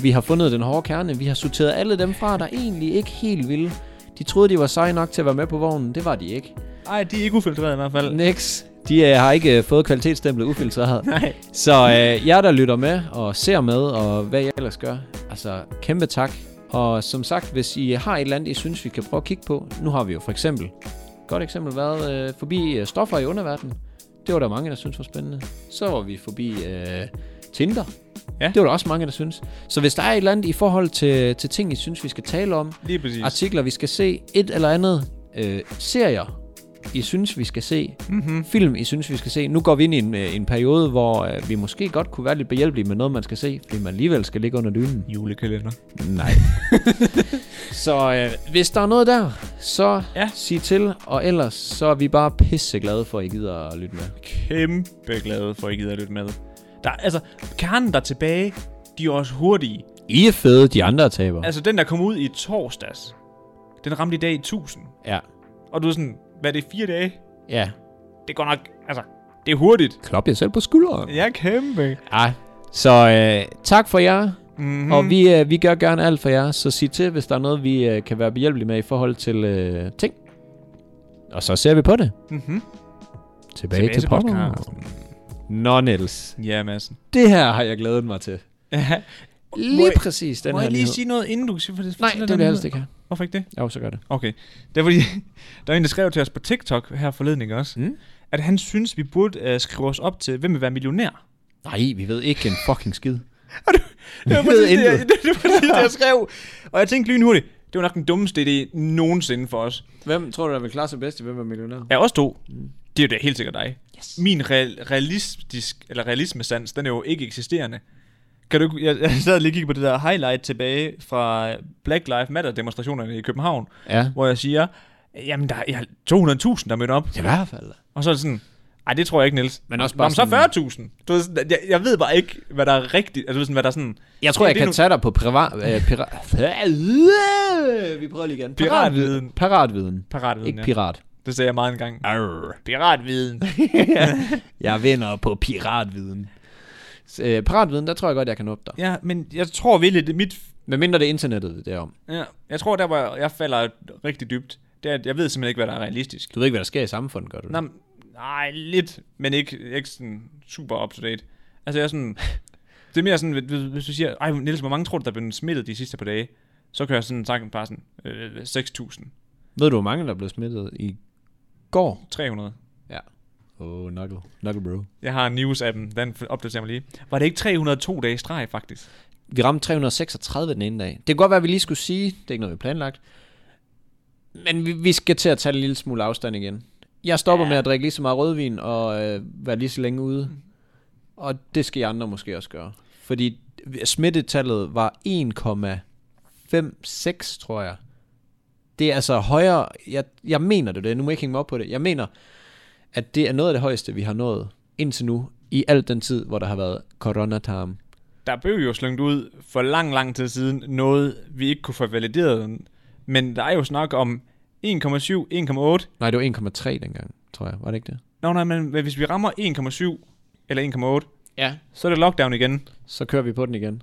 Vi har fundet den hårde kerne. Vi har sorteret alle dem fra, der egentlig ikke helt ville. De troede, de var seje nok til at være med på vognen. Det var de ikke.
Ej, de er ikke ufiltrerede i hvert fald.
Nix, de uh, har ikke uh, fået kvalitetsstemplet ufiltreret.
Nej.
Så øh, jer, der lytter med og ser med, og hvad I ellers gør, altså kæmpe tak. Og som sagt, hvis I har et eller andet, I synes, vi kan prøve at kigge på, nu har vi jo for eksempel, et godt eksempel været øh, forbi øh, stoffer i underverdenen. Det var der mange, der synes var spændende. Så var vi forbi øh, Tinder.
Ja.
Det var der også mange, der synes. Så hvis der er et eller andet i forhold til, til ting, I synes, vi skal tale om,
Lige præcis.
artikler, vi skal se, et eller andet, øh, serier, I synes, vi skal se,
Mm-hmm.
film, I synes, vi skal se. Nu går vi ind i en, øh, en periode, hvor øh, vi måske godt kunne være lidt behjælpelige med noget, man skal se, fordi man alligevel skal ligge under dynen.
Julekalender.
Nej. *laughs* så øh, hvis der er noget der, så ja.
Ja.
sig til, og ellers så er vi bare pisseglade for, at I gider at lytte med.
Kæmpe glade for, at I gider at lytte med. Der, er- altså, kernen der er tilbage, de er også hurtige.
I er fede, de andre taber. Altså,
Altså, den der kom ud i torsdags, den ramte i dag i 1000.
ja.
Og du er sådan, hvad er det, fire dage?
Ja.
Det går nok, altså, det er hurtigt.
Klop jer selv på skulderen.
Ja, kæmpe.
Ja. Så øh, tak for jer,
Mm-hmm.
mm. og vi, øh, vi gør gerne alt for jer, så sig til, hvis der er noget, vi øh, kan være behjælpelige med i forhold til øh, ting. Og så ser vi på det.
Mm-hmm.
Tilbage, Tilbage til podcasten. Nå, Niels.
Ja, Madsen.
Det her har jeg glædet mig til.
Ja.
Lige
Må jeg-
præcis den
Den Må
her
jeg lige
nyhed.
sige noget, inden du siger, for det
Nej, det vil jeg helst ikke have.
Hvorfor ikke det?
Jo, så gør det.
Okay. Det er fordi, *laughs* der er en, der skrev til os på TikTok her forleden, ikke også?
Mm.
At han synes, vi burde uh, skrive os op til, hvem vil være millionær.
Nej, vi ved ikke en fucking *laughs* skid.
Det var
Vi ved
præcis det, jeg, *laughs*
intet.
det, det, var præcis det, jeg skrev. Og jeg tænkte lynhurtigt, det var nok den dummeste idé nogensinde for os.
Hvem tror du, der vil klare sig bedst i Hvem er millionær?
Ja, os to. Det er jo da helt sikkert dig. Yes. Min real, realistisk, eller realismesans, den er jo ikke eksisterende. Kan du, ikke- jeg, jeg sad lige og kiggede på det der highlight tilbage fra Black Lives Matter demonstrationerne i København,
Ja.
hvor jeg siger, jamen der er 200.000, der mødte op.
I hvert fald.
Og så er det sådan, ej, det tror jeg ikke, Niels.
Men også
Nå,
bare
men
sådan-
så 40.000. Du ved, sådan, jeg, jeg ved bare ikke, hvad der er rigtigt. Altså, du ved sådan, hvad der er sådan...
Jeg tror,
Ja,
jeg
det er
kan
nu-
tage dig på privat... Øh, pira- *laughs* vi prøver lige igen.
Piratviden.
Piratviden.
Piratviden,
Ikke
ja.
pirat.
Det sagde jeg meget engang.
Arr.
Piratviden.
Jeg vinder på piratviden. Så, øh, piratviden, der tror jeg godt, jeg kan åbne dig.
ja, men jeg tror virkelig, det er mit...
Men mindre det er internettet derom.
Ja, jeg tror, der hvor jeg falder rigtig dybt, det er, at jeg ved simpelthen ikke, hvad der er realistisk.
Du ved ikke, hvad der sker i samfundet, gør du? det?
Nej, nej lidt, men ikke, ikke sådan super up to date. Altså, jeg er sådan... *laughs* Det er mere sådan, hvis- hvis du siger, ej, Niels, hvor mange tror du, der er blevet smittet de sidste par dage? Så kan jeg sådan sagt bare sådan, øh, 6.000,
Ved du, hvor mange der blev smittet i går?
300.
Ja. Åh, oh, knuckle. Knuckle bro.
Jeg har news-appen, den f- opdaterer mig lige. Var det ikke 302 dage i streg, faktisk?
Vi ramte 336 den ene dag. Det kan godt være, at vi lige skulle sige, det er ikke noget, vi har planlagt, men vi, vi skal til at tage en lille smule afstand igen. Jeg stopper ja. med at drikke lige så meget rødvin og øh, være lige så længe ude. Og det skal I andre måske også gøre. Fordi smittetallet var 1,56, tror jeg. Det er altså højere, jeg, jeg mener det, det, nu må jeg ikke hænge mig op på det. Jeg mener, at det er noget af det højeste, vi har nået indtil nu, i al den tid, hvor der har været coronatarm.
Der blev jo slynget ud for lang, lang tid siden noget, vi ikke kunne få valideret. Men der er jo snak om 1,7, 1,8.
Nej, det var 1,3 dengang, tror jeg. Var det ikke det?
Nå nej, men hvis vi rammer 1,7 eller 1,8,
Ja.
så er det lockdown igen.
Så kører vi på den igen.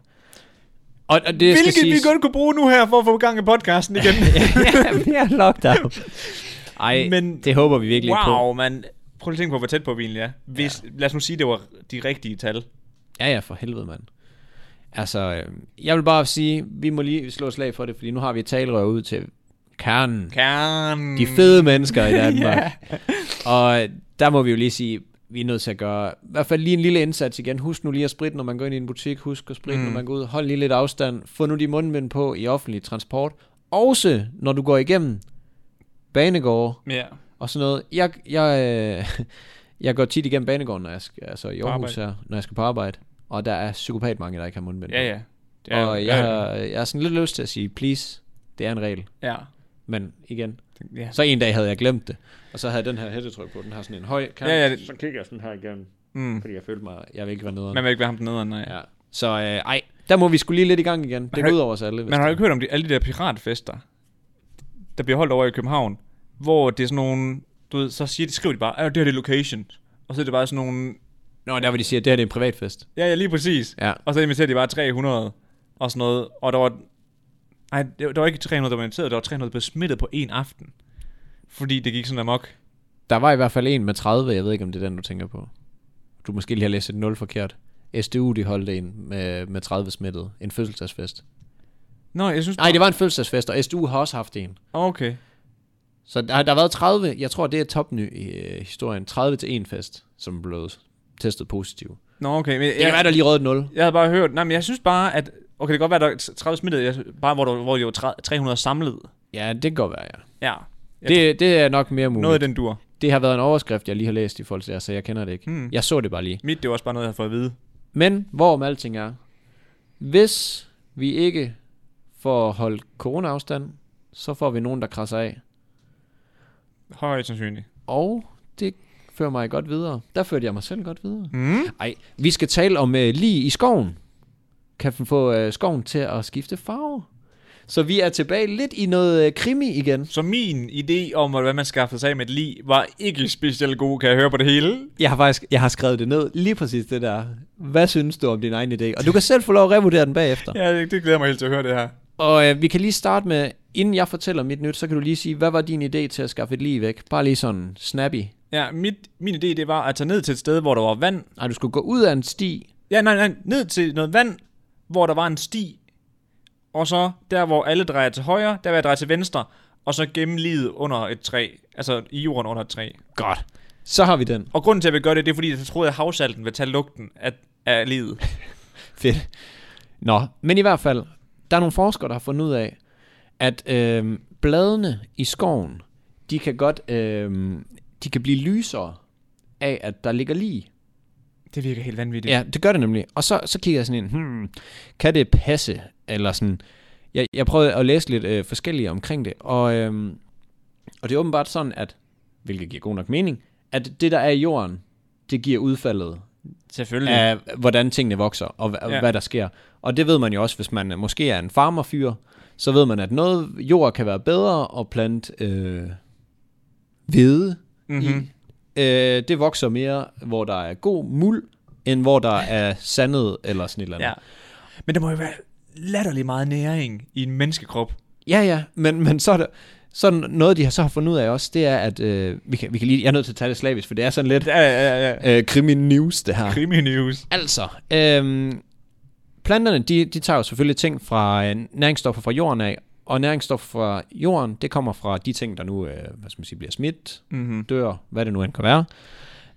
Og, og det skal
Hvilket
siges...
vi godt kunne bruge nu her for at få gang i podcasten igen.
*laughs* ja, mere lockdown. Ej, Men,
Men-
det håber vi virkelig ikke på.
wow, man. Prøv lige at tænke på, hvor tæt på vi egentlig er. Hvis, ja. Lad os nu sige, det var de rigtige tal.
Ja, ja, for helvede, mand. Altså, øh, jeg vil bare sige, vi må lige slå et slag for det, fordi nu har vi et talerør ud til kernen.
Kan...
De fede
*laughs*
mennesker i Danmark. Og der må vi jo lige sige, vi er nødt til at gøre i hvert fald lige en lille indsats igen. Husk nu lige at spritte, når man går ind i en butik. Husk at spritte, mm.
Mm.
når man går ud. Hold lige lidt afstand. Få nu de mundbind på i offentlig transport. Også når du går igennem banegårde
Ja.
og sådan noget. Jeg, jeg, øh, jeg går tit igennem banegården, når jeg skal, altså i
På
Aarhus her, når jeg skal på arbejde. Og der er psykopat mange, der ikke har mundbind. på.
Ja, ja. Ja,
Og jeg, har, jeg har sådan lidt lyst til at sige, please, det er en regel.
Ja.
Men igen,
Ja.
så en dag havde jeg glemt det. Og så havde jeg den her hættetryk på, den har sådan en høj kant.
Ja, ja, det-
Så kigger jeg sådan her igennem,
Mm.
fordi jeg følte mig, jeg vil ikke være nederen.
Man vil ikke være ham dernede, nej.
Ja. Så øh, ej, der må vi skulle lige lidt i gang igen. Det
har
går
I-
ud over os alle. hvis
Man har jo
det-
ikke hørt om de, alle de der piratfester, der bliver holdt over i København, hvor det er sådan nogle, du ved, så siger de, skriver de bare, at det her det er location. Og så er det bare sådan nogle,
Nå, der hvor de siger, at det her det er en privatfest.
ja, ja, lige præcis.
Ja.
Og så inviterer de bare 300 og sådan noget. Og der var, nej, det var- der var ikke 300, der var inviteret, der var 300, der blev smittet på en aften. Fordi det gik sådan amok.
Der var i hvert fald en med 30, jeg ved ikke, om det er den, du tænker på. Du måske lige har læst et 0 forkert. SDU, de holdt en med, med 30 smittede. En fødselsdagsfest.
Nå, jeg synes...
Nej, det var en fødselsdagsfest, og SDU har også haft en.
Okay.
Så der, der har været 30, jeg tror det er topny i øh, historien, 30 til en fest, som blev testet positiv. Det
Nå, okay. Men jeg,
kan være, der lige rødt 0.
Jeg havde bare hørt, nej, men jeg synes bare, at... Okay, det kan godt være, at der er 30 smittede, jeg, synes- bare hvor, der, hvor de var 30 300 samlet.
Ja, det kan godt være, ja.
Ja, Jeg
Det, det er nok mere muligt.
noget af
Noget det.
den dur.
det har været en overskrift, jeg lige har læst i forhold til det, her, så jeg kender det ikke.
Hmm.
Jeg så det bare lige.
Mit, det var også bare noget, jeg havde fået at vide.
Men hvorom alting er, hvis vi ikke får holdt corona-afstand, så får vi nogen, der krasser af.
Højst sandsynligt.
Og det fører mig godt videre. Der førte jeg mig selv godt videre.
Mm.
Ej, vi skal tale om øh, lige i skoven. Kan man få øh, skoven til at skifte farve? Så vi er tilbage lidt i noget øh, krimi igen.
Så min idé om, hvordan man skaffede sig af med et lig, var ikke specielt god, kan jeg høre på det hele.
Jeg har faktisk jeg har skrevet det ned, lige præcis det der. Hvad synes du om din egen idé? Og du kan selv få lov at revurdere den bagefter.
Ja, det, det glæder mig helt til at høre det her.
*laughs* Og øh, vi kan lige starte med, inden jeg fortæller mit nyt, så kan du lige sige, hvad var din idé til at skaffe et lige væk? Bare lige sådan snappy.
Ja, mit, min idé, det var at tage ned til et sted, hvor der var vand.
Nej, du skulle gå ud af en sti.
Ja, nej, nej, ned til noget vand, hvor der var en sti. Og så der, hvor alle drejer til højre, der vil jeg dreje til venstre. Og så gemme livet under et træ. Altså i jorden under et træ.
Godt. Så har vi den.
Og grunden til, at jeg vil gøre det, det er fordi, jeg troede, at havsalten ville tage lugten af, af livet.
Fedt. Nå, men i hvert fald, der er nogle forskere, der har fundet ud af, at øh, bladene i skoven, de kan godt, øh, de kan blive lysere af, at der ligger lige.
Det virker helt vanvittigt.
Ja, det gør det nemlig. Og så, så kigger jeg sådan ind, hmm, kan det passe? Eller sådan, jeg, jeg prøvede at læse lidt øh, forskellige omkring det, og, øh, og det er åbenbart sådan, at, hvilket giver god nok mening, at det, der er i jorden, det giver udfaldet
Selvfølgelig.
af, hvordan tingene vokser, og hva-
Ja.
ja. hvad der sker. Og det ved man jo også, hvis man øh, måske er en farmerfyr, så ved man, at noget jord kan være bedre at plante øh, hvede
Mhm.
mm-hmm. i. Øh, det vokser mere, hvor der er god muld, end hvor der er sandet eller sådan et eller andet.
Ja. Men der må jo være latterlig meget næring i en menneskekrop.
Ja, ja, men, men så er der, sådan noget, de har så har fundet ud af også, det er, at øh, vi, kan, vi kan lige, jeg er nødt til at tage det slavisk, for det er sådan lidt
Ja, ja, ja.
øh, krimi news, det her.
Krimi news.
Altså, øhm, planterne, de, de tager jo selvfølgelig ting fra øh, næringsstoffer fra jorden af, og næringsstoffer fra jorden, det kommer fra de ting, der nu øh, hvad skal man sige, bliver smidt,
Mm-hmm.
dør, hvad det nu end kan være.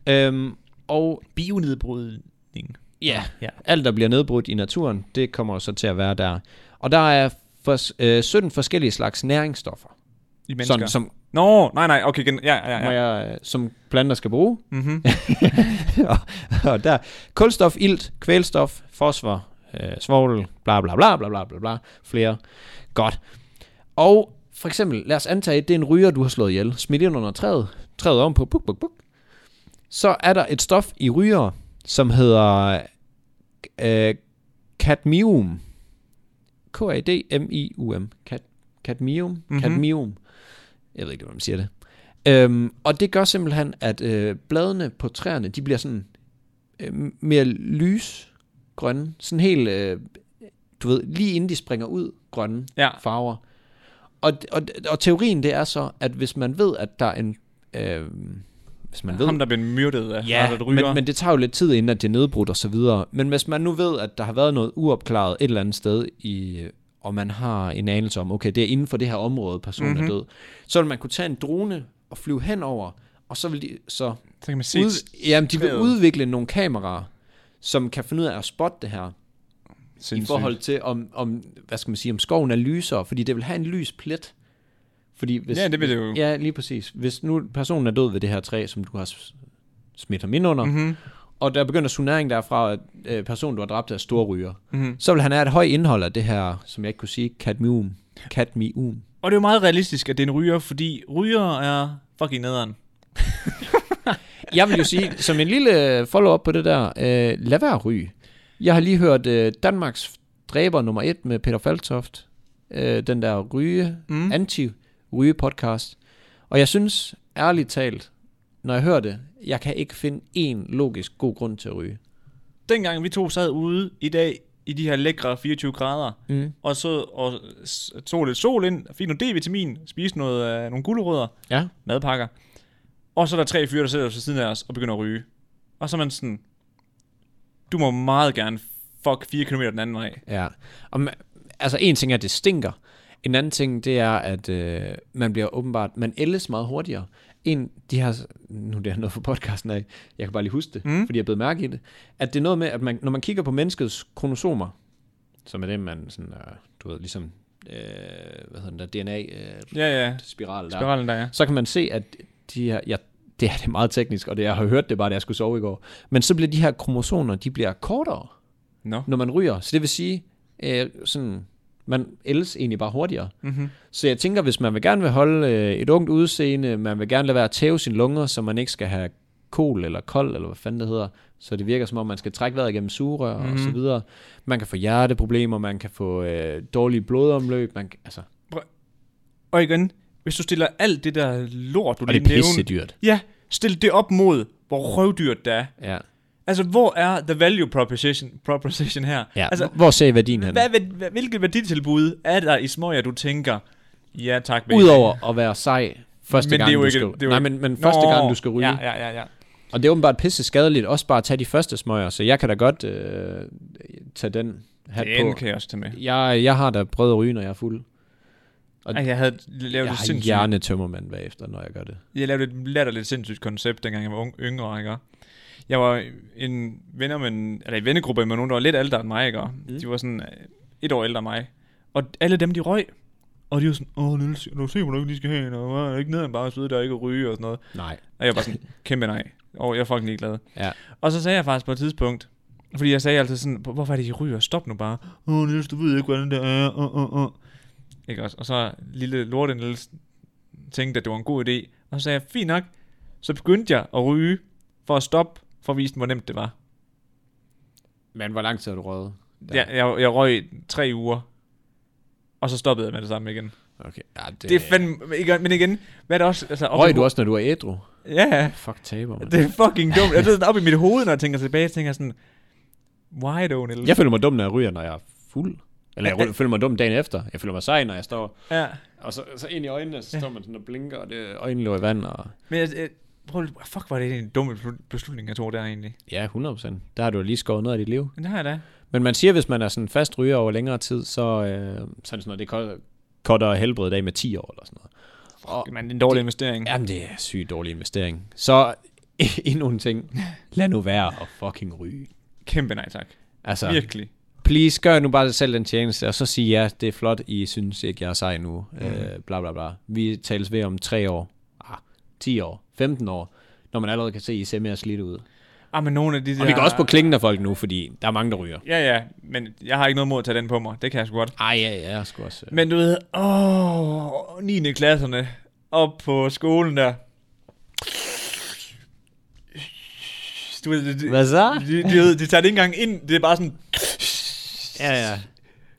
Øhm, og
Bionedbrydning.
ja,
Ja.
ja, alt der bliver nedbrudt i naturen, det kommer jo så til at være der. Og der er fors- øh, 17 forskellige slags næringsstoffer,
I mennesker.
sådan, som,
Nå, nej, nej, okay, gen... ja, ja,
må
ja.
jeg, øh, som planter skal bruge. *laughs*
Mm-hmm.
og, og der kulstof, ilt, kvælstof, fosfor, øh, svovl, bla bla bla bla bla bla bla, flere. Godt. Og for eksempel, lad os antage, at det er en ryger, du har slået ihjel, smidt ind under træet, træet om på, buk, buk, buk. Så er der et stof i ryger, som hedder øh, cadmium. K-A-D-M-I-U-M. Cat, cadmium.
Mhm.
Mm-hmm. Cadmium. Jeg ved ikke, hvordan man siger det. Øhm, og det gør simpelthen, at øh, bladene på træerne, de bliver sådan øh, mere lysgrønne. Sådan helt, øh, du ved, lige inden de springer ud, grønne
Ja,
farver. Og, og, og teorien det er så, at hvis man ved, at der er en, øh, hvis man ved...
Ham, der blev myrdet af
Ja,
Harald Ryger.
men, men det tager jo lidt tid, inden at det er nedbrudt og så videre. Men hvis man nu ved, at der har været noget uopklaret et eller andet sted, i, øh, og man har en anelse om, okay, det er inden for det her område, personen
Mhm.
mm-hmm. er død, så vil man kunne tage en drone og flyve henover, og så vil de så...
så kan man se...
Ud, jamen, de vil
træet.
udvikle nogle kameraer, som kan finde ud af at spotte det her, i
sindssygt.
forhold til, om, om, hvad skal man sige, om skoven er lysere, fordi det vil have en lys plet. Fordi hvis,
Ja, det vil det jo.
Ja, lige præcis. Hvis nu personen er død ved det her træ, som du har s- smidt ham ind under,
Mhm.
og der begynder sunering derfra, at øh, personen, du har dræbt, er store ryger,
Mhm.
så vil han have et højt indhold af det her, som jeg ikke kunne sige, kadmium. Kadmium.
Og det er jo meget realistisk, at det er en ryger, fordi ryger er fucking nederen.
Jeg vil jo sige, som en lille follow-up på det der, øh, lad være at ryge. Jeg har lige hørt øh, Danmarks dræber nummer et med Peter Faltoft, øh, den der ryge,
Mm.
mm. anti-ryge podcast. Og jeg synes, ærligt talt, når jeg hører det, jeg kan ikke finde en logisk god grund til at ryge.
Dengang vi to sad ude i dag i de her lækre 24 grader,
Mm.
og så og s- tog lidt sol ind, fik noget D-vitamin, spiste noget, øh, nogle gulerødder,
Ja.
madpakker. Og så er der tre fyre, der sidder ved siden af os og begynder at ryge. Og så er man sådan, du må meget gerne fuck 4 km den anden vej.
Ja. Og man, altså en ting er, at det stinker. En anden ting, det er, at øh, man bliver åbenbart, man ældes meget hurtigere. En, de har, nu er det er noget for podcasten af, jeg kan bare lige huske det,
Mm.
mm. fordi jeg blev mærke i det, at det er noget med, at man, når man kigger på menneskets kromosomer, som er det, man sådan, øh, du ved, ligesom, øh, hvad hedder den der, DNA-spiral
Ja, ja.
øh, der,
Spiralen der, ja.
så kan man se, at de her, ja, det her det er meget teknisk, og det, jeg har hørt det bare, da jeg skulle sove i går, men så bliver de her kromosomer, de bliver kortere
Nå.
når man ryger. Så det vil sige, øh, sådan, man ældes egentlig bare hurtigere.
Mm-hmm.
Så jeg tænker, hvis man vil gerne vil holde øh, et ungt udseende, man vil gerne lade være at tæve sine lunger, så man ikke skal have kol eller kold, eller hvad fanden det hedder, så det virker som om, man skal trække vejret gennem sugerør mm-hmm.
Mhm.
og så videre. Man kan få hjerteproblemer, man kan få øh, dårlige blodomløb, man kan, altså,
Og igen, hvis du stiller alt det der lort, du
og
lige
det er
nævnte,
pisse dyrt.
ja, stil det op mod, hvor røvdyrt det er.
Ja.
Altså, hvor er the value proposition, proposition her?
ja.
Altså,
Altså, Hvor ser I værdien hen?
hvad, hvad, hvad, hvilket værditilbud er der i småjer, du tænker, ja tak, baby.
Udover at være sej første
Men
gang,
det er jo
du
ikke-
skal,
det er jo
nej,
ikke-
men, men første
Nå,
gang, du skal ryge.
Ja, ja, ja, ja.
Og det er åbenbart pisse skadeligt også bare at tage de første smøger, så jeg kan da godt øh, tage den hat
Den
på.
kan jeg også tage med.
Jeg, jeg har da prøvet at ryge, når jeg er fuld. Og
Ej, jeg havde lavet
Jeg
et
har
sindssygt,
hjernetømmermand bagefter, når jeg gør det.
jeg lavede et latterligt sindssygt koncept, dengang jeg var ung, yngre, ikke? Jeg var en venner med en, eller i vennegruppe med nogen, der var lidt ældre end mig, ikke? Mm. De var sådan øh, et år ældre end mig. Og alle dem, de røg. Og de var sådan, åh, Niels, nu se, hvor du ikke lige skal hen, og øh, ikke ned bare at sidde der og ikke ryge og sådan noget.
Nej.
Og jeg
*laughs*
var sådan, kæmpe nej. Og jeg er fucking ligeglad.
Ja.
Og så sagde jeg faktisk på et tidspunkt, fordi jeg sagde altid sådan, "Hvor- hvorfor er det, I ryger? Stop nu bare. Åh, Niels, du ved ikke, hvordan det er. Åh, åh, åh. Ikke også? Og så lille lorte Niels tænkte, at det var en god idé. Og så sagde jeg, fint nok. Så begyndte jeg at ryge for at stoppe, for at vise dem, hvor nemt det var.
Men hvor lang tid har du røget?
Ja. Jeg, jeg, jeg røg i tre uger. Og så stoppede jeg med det samme igen. Det,
Okay. Ja, det,
det er fandme... ikke- Men igen, hvad er det også? Altså, op i
Røg
ho-
du også, når du er ædru?
Ja,
Fuck taber, man.
det er fucking dumt. Jeg sidder op i mit hoved, når jeg tænker tilbage, tænker jeg sådan, why though, Niels?
Jeg føler mig dum, når jeg ryger, når jeg er fuld. *laughs* Eller jeg ry- føler mig dum dagen efter. Jeg føler mig sej, når jeg står...
Ja.
Og så, så ind i øjnene, så står man sådan og blinker, og det, øjnene lå i vand. Og...
Men jeg, jeg, prøv, lige- fuck, var det en dum beslu- beslutning, jeg tog der egentlig.
Ja, 100%. Der har du lige skåret noget af dit liv.
Men det har jeg da.
Men man siger, hvis man er sådan fast ryger over længere tid, så øh, så er det sådan noget, det ko- cutter helbredet af med 10 år eller sådan noget. Og,
Men det er en dårlig investering. Ja.
jamen, det er sygt dårlig investering. Så *laughs* endnu en ting. Lad nu være at fucking ryge.
Kæmpe nej tak.
Altså,
Ja. Virkelig.
please, gør nu bare dig selv den tjeneste, og så sig ja, det er flot, I synes ikke, jeg er sej nu.
Mhm.
Mm. Øh, bla bla bla. Vi tales ved om 3 år, ah, 10 år, 15 år, når man allerede kan se, I ser mere slidt ud.
Ah, men nogle af de der...
Og vi går også på klingen af folk nu, fordi der er mange, der ryger.
Ja, ja, men jeg har ikke noget mod at tage den på mig. Det kan jeg sgu godt.
Ej, ja, ja, jeg skulle også... øh,
Men du ved, åh, 9. klasserne op på skolen der. Du ved, de,
Hvad så?
de, de, ved, de tager det ikke engang ind. Det er bare sådan,
Ja, ja.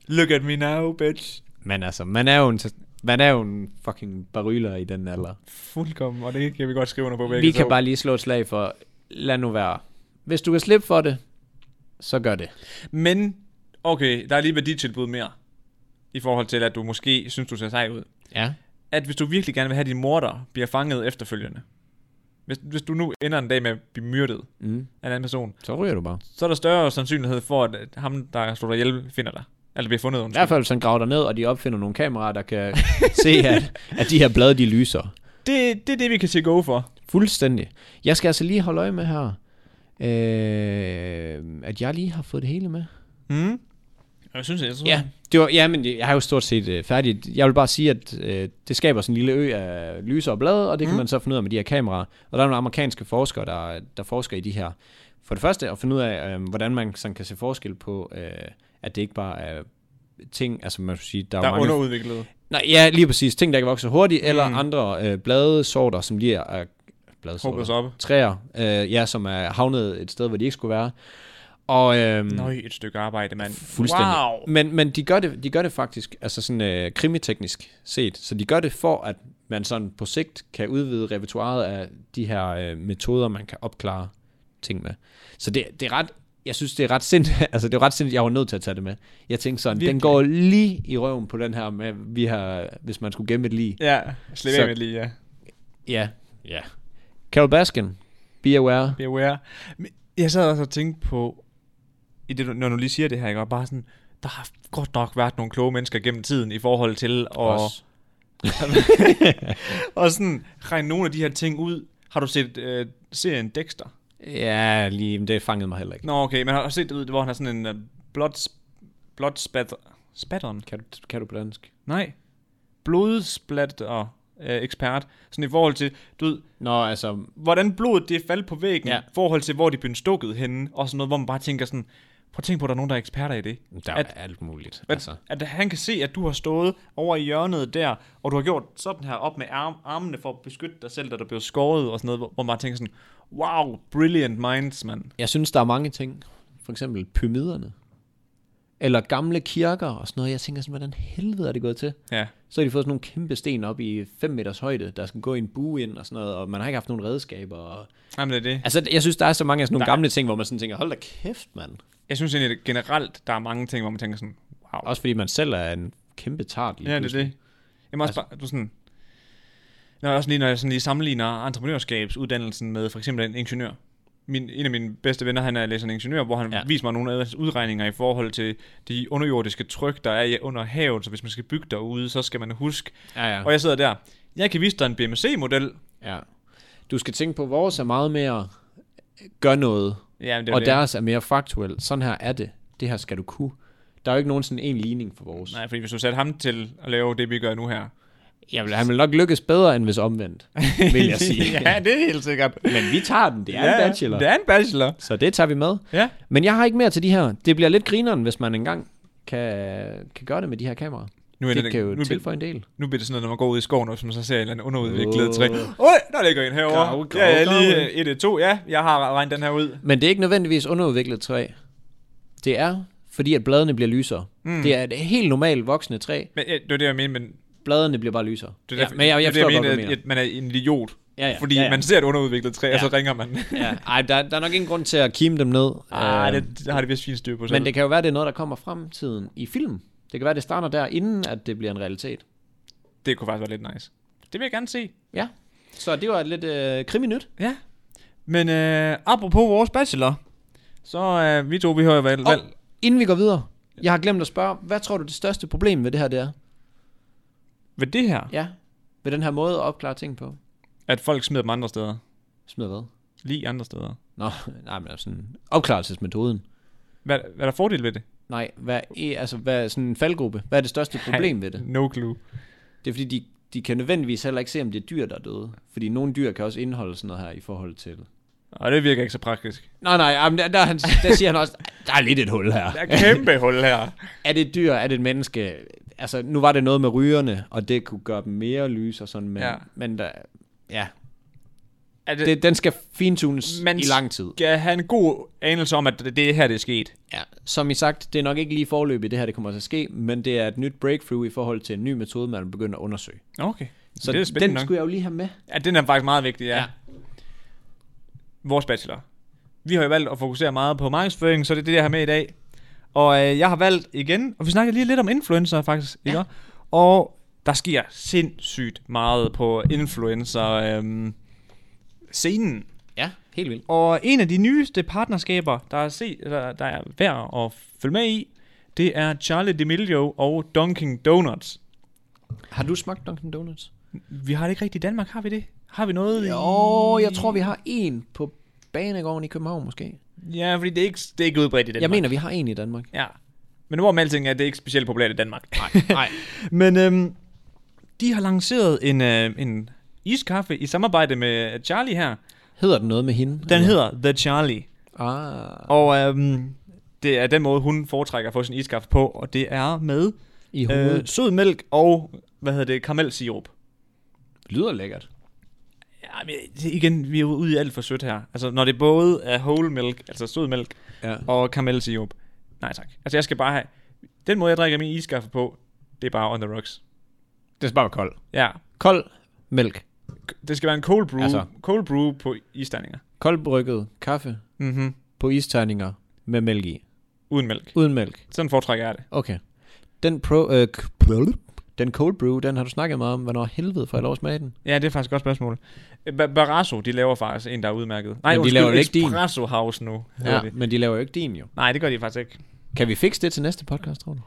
look at me now, bitch.
Men altså, man er jo en, man er jo en fucking baryler i den alder.
Fuldkommen, og det kan vi godt skrive under på. begge
Vi kan
to.
bare lige slå et slag for, lad nu være. Hvis du kan slippe for det, så gør det.
Men, okay, der er lige værditilbud mere. I forhold til, at du måske synes, du ser sej ud.
Ja.
At hvis du virkelig gerne vil have, at din morter bliver fanget efterfølgende. Hvis, hvis du nu ender en dag med at blive myrdet
Mm.
af en anden person,
Så ryger du bare.
så er der større sandsynlighed for, at at ham, der slår dig ihjel, finder dig. Eller bliver fundet,
I
undskyld.
hvert fald, hvis han graver dig ned, og de opfinder nogle kameraer, der kan se, at, at de her blade, de lyser.
Det, det er det, vi kan sige go for.
Fuldstændig. Jeg skal altså lige holde øje med her, øh, at jeg lige har fået det hele med.
Mm. Jeg synes, jeg tror,
Ja, Mm. det var, ja, men jeg har jo stort set øh, færdigt. Jeg vil bare sige, at øh, det skaber sådan en lille ø af lyser og blade, og det kan
Mm.
mm. man så finde ud af med de her kameraer. Og der er nogle amerikanske forskere, der, der forsker i de her. For det første at finde ud af, øh, hvordan man sådan kan se forskel på, øh, at det ikke bare er ting, altså man skal sige, der,
der
er
er
jo mange...
underudviklet.
Nej, ja, lige præcis. Ting, der kan vokse hurtigt, eller
Mm.
andre øh, bladesorter, som lige er... Øh,
Håber
bladesorter?
sig op.
Træer, øh, ja, som er havnet et sted, hvor de ikke skulle være. Og, øh,
Nøj, et stykke arbejde, mand.
Fuldstændig.
Wow.
Men, men de, gør det, de gør det faktisk, altså sådan øh, krimiteknisk set, så de gør det for, at man sådan på sigt kan udvide repertoireet af de her øh, metoder, man kan opklare ting med. Så det, det er ret, jeg synes, det er ret sindssygt, *laughs* altså det er ret sindssygt, jeg var nødt til at tage det med. Jeg tænkte sådan, Virkelig. den
Virkelig.
går lige i røven på den her med, vi har, hvis man skulle gemme et lige.
Ja, slip
Så-
af med lige, ja.
Ja, ja. Carol Baskin, Be Aware.
Be aware. Men Jeg sad også og tænkte på, i det, du- når du lige siger det her, ikke? Og bare sådan, der har godt nok været nogle kloge mennesker gennem tiden i forhold til at,
Os.
og sådan regne nogle af de her ting ud. Har du set øh, serien Dexter?
Ja, lige, men det fangede mig heller ikke.
Nå, okay, men har du set det ud, hvor han har sådan en øh, blot, blot spatter, spatteren?
Kan du, kan du på dansk?
Nej, blodsplat og øh, ekspert. Sådan i forhold til, du ved,
Nå, altså,
hvordan blodet det er faldet på væggen, ja.
Ja.
i forhold til, hvor de blev stukket henne, og sådan noget, hvor man bare tænker sådan, prøv at tænke på, at der er nogen, der er eksperter i det.
Der er
At-
at, alt muligt.
At,
Altså.
altså. at han kan se, at du har stået over i hjørnet der, og du har gjort sådan her op med arm, armene for at beskytte dig selv, da der blev skåret og sådan noget, hvor hvor man bare tænker sådan, wow, brilliant minds, mand.
Jeg synes, der er mange ting. For eksempel pyramiderne. Eller gamle kirker og sådan noget. Jeg tænker sådan, hvordan helvede er det gået til?
Ja.
Så har de fået sådan nogle kæmpe sten op i 5 meters højde, der skal gå i en bue ind og sådan noget, og man har ikke haft nogen redskaber. Og...
Jamen, det er det.
Altså, jeg synes, der er så mange af sådan nogle
Der er-
gamle ting, hvor man sådan tænker, hold da kæft, mand.
Jeg synes egentlig at generelt, der er mange ting, hvor man tænker sådan, wow.
Også fordi man selv er en kæmpe tart. lige
Ja, det er
pludselig. Altså-
det. Jamen også bare, du er sådan... Når jeg også lige, når jeg sådan lige sammenligner entreprenørskabsuddannelsen med for eksempel en ingeniør. Min, en af mine bedste venner, han er læser en ingeniør, hvor han ja.
Ja.
viser mig nogle af hans udregninger i forhold til de underjordiske tryk, der er i- under havet, så hvis man skal bygge derude, så skal man huske.
Ja, ja.
Og jeg sidder der, jeg kan vise dig en BMC-model.
ja. Du skal tænke på, vores er meget mere øh, gør noget,
Ja, men det er
og
det.
deres er mere faktuel. Sådan her er det. Det her skal du kunne. Der er jo ikke nogen sådan en ligning for vores.
Nej, fordi hvis du satte ham til at lave det, vi gør nu her.
Jeg vil, han vil nok lykkes bedre, end hvis omvendt, vil jeg sige.
*laughs* ja, det er helt sikkert.
Men vi tager den, det er
*laughs*
ja, en bachelor.
Det er en bachelor.
Så det tager vi med.
Ja.
Men jeg har ikke mere til de her. Det bliver lidt grineren, hvis man engang kan, kan gøre det med de her kameraer.
Nu er
Det,
det-
kan jo
nu er det-
tilføje en del.
Nu bliver det sådan noget, når man går ud i skoven, og hvis man så ser en eller anden underudviklet
Åh.
træ. Øj, der ligger en herovre.
Grav, grav,
ja, ja,
grav.
lige 1 et, øh, to. Ja, jeg har regnet den her ud.
Men det er ikke nødvendigvis underudviklet træ. Det er, fordi at bladene bliver lysere. Mm. Det er et helt normalt voksende træ.
Men, ja, det var det, jeg mente, men...
Bladene bliver bare lysere.
Det
ja, men jeg, jeg
det,
forstår
var det,
godt, hvad
jeg
du
mente,
mener.
at, at man er en idiot.
Ja, ja,
fordi
ja, ja.
man ser et underudviklet træ, ja. og
Ja.
så ringer man. *laughs*
Ja. Ej, der, der er nok ingen grund til at kime dem ned.
Ah,
Øhm,
det, det har det vist fint styr på selv.
Men det kan jo være, det er noget, der kommer fremtiden i film. Det kan være, det starter der, inden at det bliver en realitet.
det kunne faktisk være lidt nice. Det vil jeg gerne se.
Ja. Så det var lidt øh, kriminyt.
Ja. Men øh, apropos vores bachelor, så øh, vi to, vi har jo valgt...
Og
valgt-
inden vi går videre, jeg har glemt at spørge, hvad tror du det største problem ved det her, det er?
Ved det her,
Ja. Ved den her måde at opklare ting på?
at folk smider dem andre steder.
Smider hvad?
Lige andre steder.
Nå, *laughs* nej, men altså sådan opklarelsesmetoden.
Hvad, hvad er der fordel ved det?
Nej, hvad er, altså, hvad er sådan en faldgruppe? Hvad er det største problem ved det?
No clue.
Det er fordi, de, de kan nødvendigvis heller ikke se, om det er dyr, der er døde. Fordi nogle dyr kan også indeholde sådan noget her i forhold til...
Og det virker ikke så praktisk.
Nej, nej, jamen, der, der, er han- der siger han også, *laughs* der er lidt et hul her.
Der er kæmpe hul her.
er det et dyr, er det et menneske? Altså, nu var det noget med rygerne, og det kunne gøre dem mere lys og sådan, men,
Ja.
ja. men der, ja.
Er det, det
Det, den skal fintunes
Man
i lang tid.
skal have en god anelse om, at det, det her, det er sket.
Ja. Som I sagt, det er nok ikke lige forløbet, det her det kommer til at ske, men det er et nyt breakthrough i forhold til en ny metode, man begynder at undersøge.
Okay.
Så
Så det er
den
spændende den nok.
skulle jeg jo lige have med.
Ja, den er faktisk meget vigtig, ja. ja.
Ja.
Vores bachelor. Vi har jo valgt at fokusere meget på markedsføring, så det er det, jeg har med i dag. Og øh, jeg har valgt igen, og vi snakker lige lidt om influencer faktisk, ja. ikke? Og der sker sindssygt meget på influencer øhm, scenen.
Ja, helt vildt.
Og en af de nyeste partnerskaber, der er, se, der, der er værd at følge med i, det er Charlie D'Amelio og Dunkin' Donuts.
Har du smagt Dunkin' Donuts?
Vi har det ikke rigtigt i Danmark, har vi det? Har vi noget? i-
Jo, jeg tror, vi har en på Banegården i København måske. Jeg
Ja, fordi det er ikke, det er ikke udbredt i Danmark.
mener, vi har en i Danmark.
Ja. Men hvor med alting er, det er ikke specielt populært i Danmark.
Nej.
*laughs* Men øhm, de har lanceret en, øh, en iskaffe i samarbejde med Charlie her.
*laughs* Hedder den noget med hende?
Den hedder The Charlie.
Ah,
Og øhm, det er den måde, hun foretrækker at få sin iskaffe på, og det er med
i hovedet.
øh, sød mælk og, hvad hedder det, karamelsirup.
lyder lækkert.
Ja, men det- igen, vi er jo ude i alt for sødt her. Altså, når det både er whole milk, altså sød mælk,
Ja.
og karamelsirup. Nej tak. Altså, jeg skal bare have... Den måde, jeg drikker min iskaffe på, det er bare on the rocks.
Det skal bare være kold.
Ja,
Kold mælk.
det skal være en cold brew, altså.
Altså-
cold brew på isterninger.
Koldbrygget kaffe
Mm-hmm.
på isterninger med mælk i.
Uden mælk.
Uden mælk.
Sådan foretrækker jeg det.
Okay. Den, pro, øh, k- blub. den cold brew, den har du snakket meget om. Hvornår helvede får jeg lov at smage den?
Ja, det er faktisk et godt spørgsmål. Øh, Ba- Barasso, de laver faktisk en, der er udmærket. Nej,
Men de
undskyld,
laver jo ikke din.
Espresso House nu. Ja.
Ja,
Det.
men de laver jo ikke din jo.
Nej, det gør de faktisk ikke.
Kan vi fikse det til næste podcast, tror du?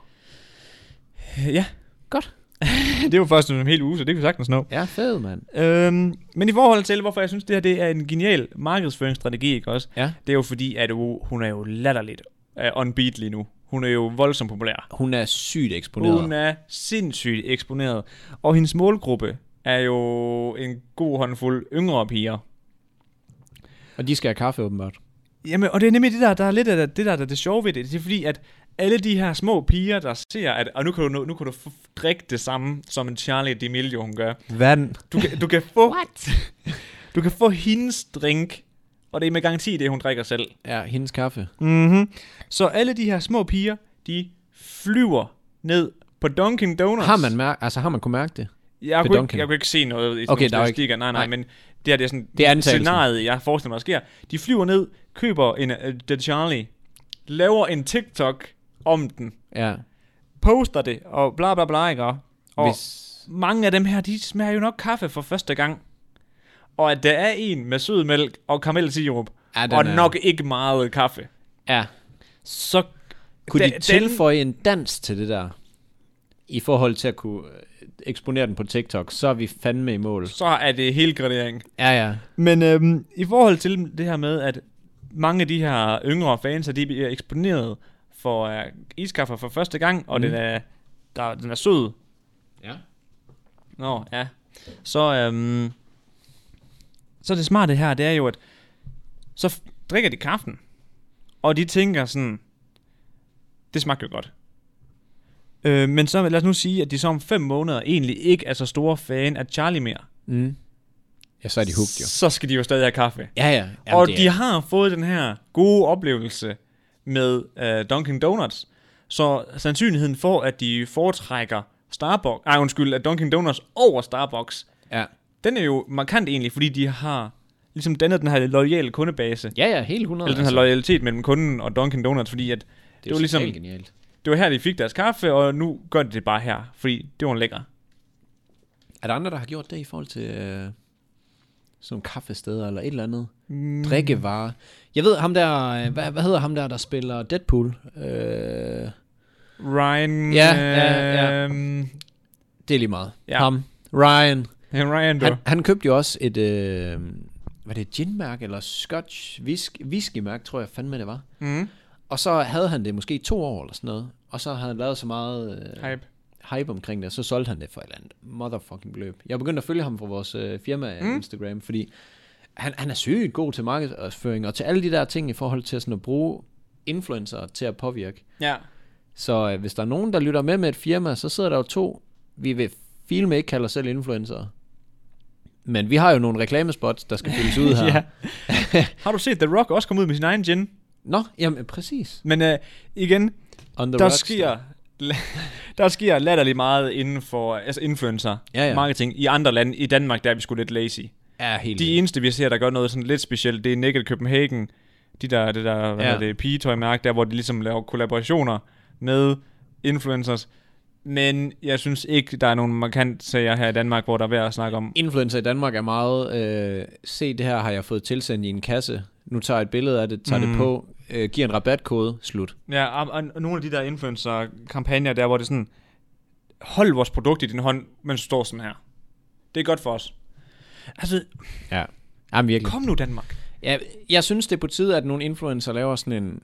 Øh, Ja.
Godt.
*laughs* det er jo først en hel uge, så det kan vi sagtens nå.
Ja, fed mand.
Øhm, men i forhold til, hvorfor jeg synes, det her det er en genial markedsføringsstrategi, ikke også?
Ja.
Det er jo fordi, at jo- hun er jo latterligt uh, unbeat lige nu. Hun er jo voldsomt populær.
Hun er sygt eksponeret.
Hun er sindssygt eksponeret. Og hendes målgruppe er jo en god håndfuld yngre piger.
Og de skal have kaffe, åbenbart.
Jamen, og det er nemlig det der, der er lidt af det, det der, der er det sjove ved det. Det er fordi, at alle de her små piger, der ser, at og nu kan du, nu, nu kan du f- drikke det samme, som en Charlie D'Amelio, hun gør.
Vand.
Du kan, du kan få... What? Du kan få hendes drink, og det er med garanti det, hun drikker selv.
Ja, hendes kaffe.
Mm-hmm. Så alle de her små piger, de flyver ned på Dunkin' Donuts.
Har man, mærke, altså, har man kunne mærke det?
Jeg
Ved
kunne, ikke,
Dunkin'.
jeg kunne ikke se noget i
Okay,
okay,
der er
nogle
jo
statistikker, nej, nej,
nej.
men det her det er sådan
Det er antagelsen.
scenariet, jeg forestiller mig, der sker. De flyver ned, køber en uh, The Charlie, laver en TikTok om den,
Ja.
poster det, og bla bla bla, ikke? Og
Hvis...
mange af dem her, de smager jo nok kaffe for første gang. Og at der er en med sød mælk og karamelsirup,
Ja, den
og
er-
nok ikke meget kaffe,
Ja.
så
Kunne
da-
de tilføje en dans til det der? I forhold til at kunne øh, eksponere den på TikTok, så er vi fandme i mål.
så er det hele gradering.
Ja, ja.
Men øhm, i forhold til det her med, at mange af de her yngre fans, at de bliver eksponeret for uh, iskaffer for første gang, og mm.
Mm.
den, er, der, den er sød.
Ja.
Nå, ja. Så, øhm, så det smarte her, det er jo, at så f- drikker de kaffen, og de tænker sådan, det smagte jo godt. Øh, men så lad os nu sige, at de så om fem måneder egentlig ikke er så store fan af Charlie mere.
Mm. Ja, så er de hooked jo.
Så skal de jo stadig have kaffe.
Ja, ja. Jamen,
Jamen, og
det
de
er...
har fået den her gode oplevelse med øh, Dunkin' Donuts. Så sandsynligheden for, at de foretrækker Starbucks, nej undskyld, at Dunkin' Donuts over Starbucks,
Ja.
den er jo markant egentlig, fordi de har ligesom dannet den her loyale kundebase. Ja,
ja, ja, helt 100.
eller den her loyalitet mellem kunden og Dunkin' Donuts, fordi at det,
det
det
er
var
jo
ligesom,
ligesom... genialt.
det var her, de fik deres kaffe, og nu gør de det bare her, fordi det var lækker.
Er der andre, der har gjort det i forhold til øh, sådan nogle kaffesteder eller et eller andet? Mm. Drikkevarer. Jeg ved ham der, øh, hvad, hvad hedder ham der, der spiller Deadpool? Øh,
Ryan...
Ja, ja, ja.
øhm,
det er lige meget.
Ja.
Ham. Ryan.
Ryan, du.
Han, han købte jo også et, øh, var det ginmærke eller scotch whisk, whiskymærke, tror jeg fandme det var.
Mm.
Og så havde han det måske i to år eller sådan noget. Og så havde han lavet så meget øh,
Hype.
hype omkring det, og så solgte han det for et eller andet motherfucking beløb. Jeg begyndte at følge ham fra vores øh, firma mm. Instagram, fordi han, han er sygt god til markedsføring og til alle de der ting i forhold til sådan at bruge influencer til at påvirke.
Ja.
Så øh, hvis der er nogen, der lytter med med et firma, så sidder der jo to, vi vil filme ikke kalder os selv influencer. Men vi har jo nogle reklamespots, der skal
*laughs*
fyldes ud her.
ja. Har du set The Rock også komme ud med sin egen gin?
*laughs* Nå, jamen præcis.
Men øh, igen,
On the
der
rocks,
sker, *laughs* der sker latterligt meget inden for altså influencer
Ja, ja.
marketing i andre lande. I Danmark der er vi sgu lidt lazy.
Er helt
De eneste vi ser, der gør noget sådan lidt specielt, det er Naked Copenhagen. De der, det der, hvad
Ja.
ja. det, pigetøjmærke, der hvor de ligesom laver kollaborationer med influencers. Men jeg synes ikke, der er nogen markant sager her i Danmark, hvor der er værd at snakke om.
Influencer i Danmark er meget, øh, se det her har jeg fået tilsendt i en kasse, nu tager jeg et billede af det, tager mm. det på, øh, giver en rabatkode, slut.
Ja, og, og, og nogle af de der influencer-kampagner der, hvor det er sådan, hold vores produkt i din hånd, mens du står sådan her. Det er godt for os. Altså,
Ja, Jamen, virkelig.
kom nu Danmark.
Ja, jeg synes, det er på tide, at nogle influencer laver sådan en,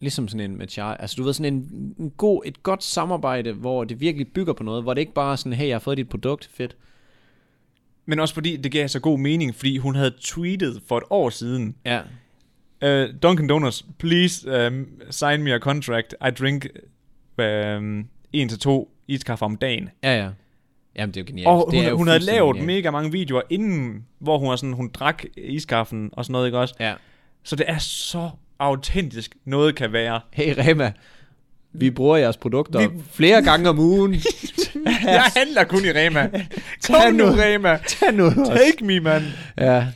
ligesom sådan en med Char, altså du ved, sådan en, en god, et godt samarbejde, hvor det virkelig bygger på noget, hvor det ikke bare er sådan, hey, jeg har fået dit produkt, fedt.
Men også fordi, det gav så god mening, fordi hun havde tweetet for et år siden,
Ja.
Uh, Dunkin' Donuts, please um, sign me a contract. I drink um, en til to iskaffe om dagen.
Ja, ja. Jamen, det er jo genialt.
Og
det
hun,
er jo
hun havde
fuldstændig
lavet
genialt.
mega mange videoer inden, hvor hun, var sådan, hun drak iskaffen og sådan noget, ikke også?
Ja.
Så det er så autentisk, noget
*laughs*
kan være.
Hey Rema, vi bruger jeres produkter vi... flere gange om ugen.
Jeg handler kun i
*laughs*
Rema.
Tag
Kom nu,
nu.
Rema.
*laughs* Tag nu også.
Take me, man.
Ja.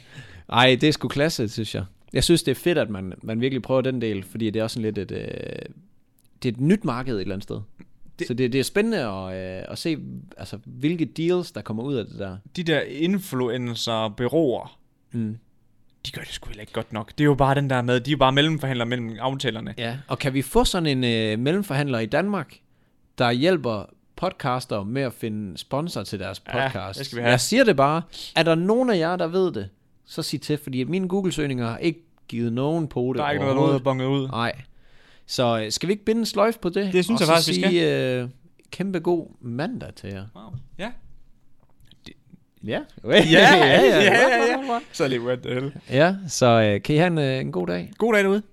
Ej, det er sgu klasse, synes jeg. Jeg synes, det er fedt, at man, man virkelig prøver den del, fordi det er også sådan lidt et... Øh, det er et nyt marked et eller andet sted. Det, så det, det er spændende at, øh, at se, altså, hvilke deals, der kommer ud af det der.
De der influencer-byråer,
Mm.
de gør det sgu heller ikke godt nok. Det er jo bare den der med, de er jo bare mellemforhandlere mellem aftalerne.
Ja. Og kan vi få sådan en øh, mellemforhandler i Danmark, der hjælper podcaster med at finde sponsor til deres
Ja,
podcast?
det skal vi have.
Jeg siger det bare. Er der nogen af jer, der ved det, så sig til, fordi mine Google-søgninger har ikke givet nogen pote
Der er ikke noget, der
overhovedet.
er bonget ud.
Nej. Så øh, skal vi ikke binde en sløjf på det?
Det
og
synes jeg
så
faktisk, vi
sige, skal. Øh, kæmpe god mandag til jer.
Wow. Ja.
*laughs* Ja.
Ja, ja, ja. Så lige, what the hell.
Ja, så øh, kan I have en, øh, en god dag.
God dag derude.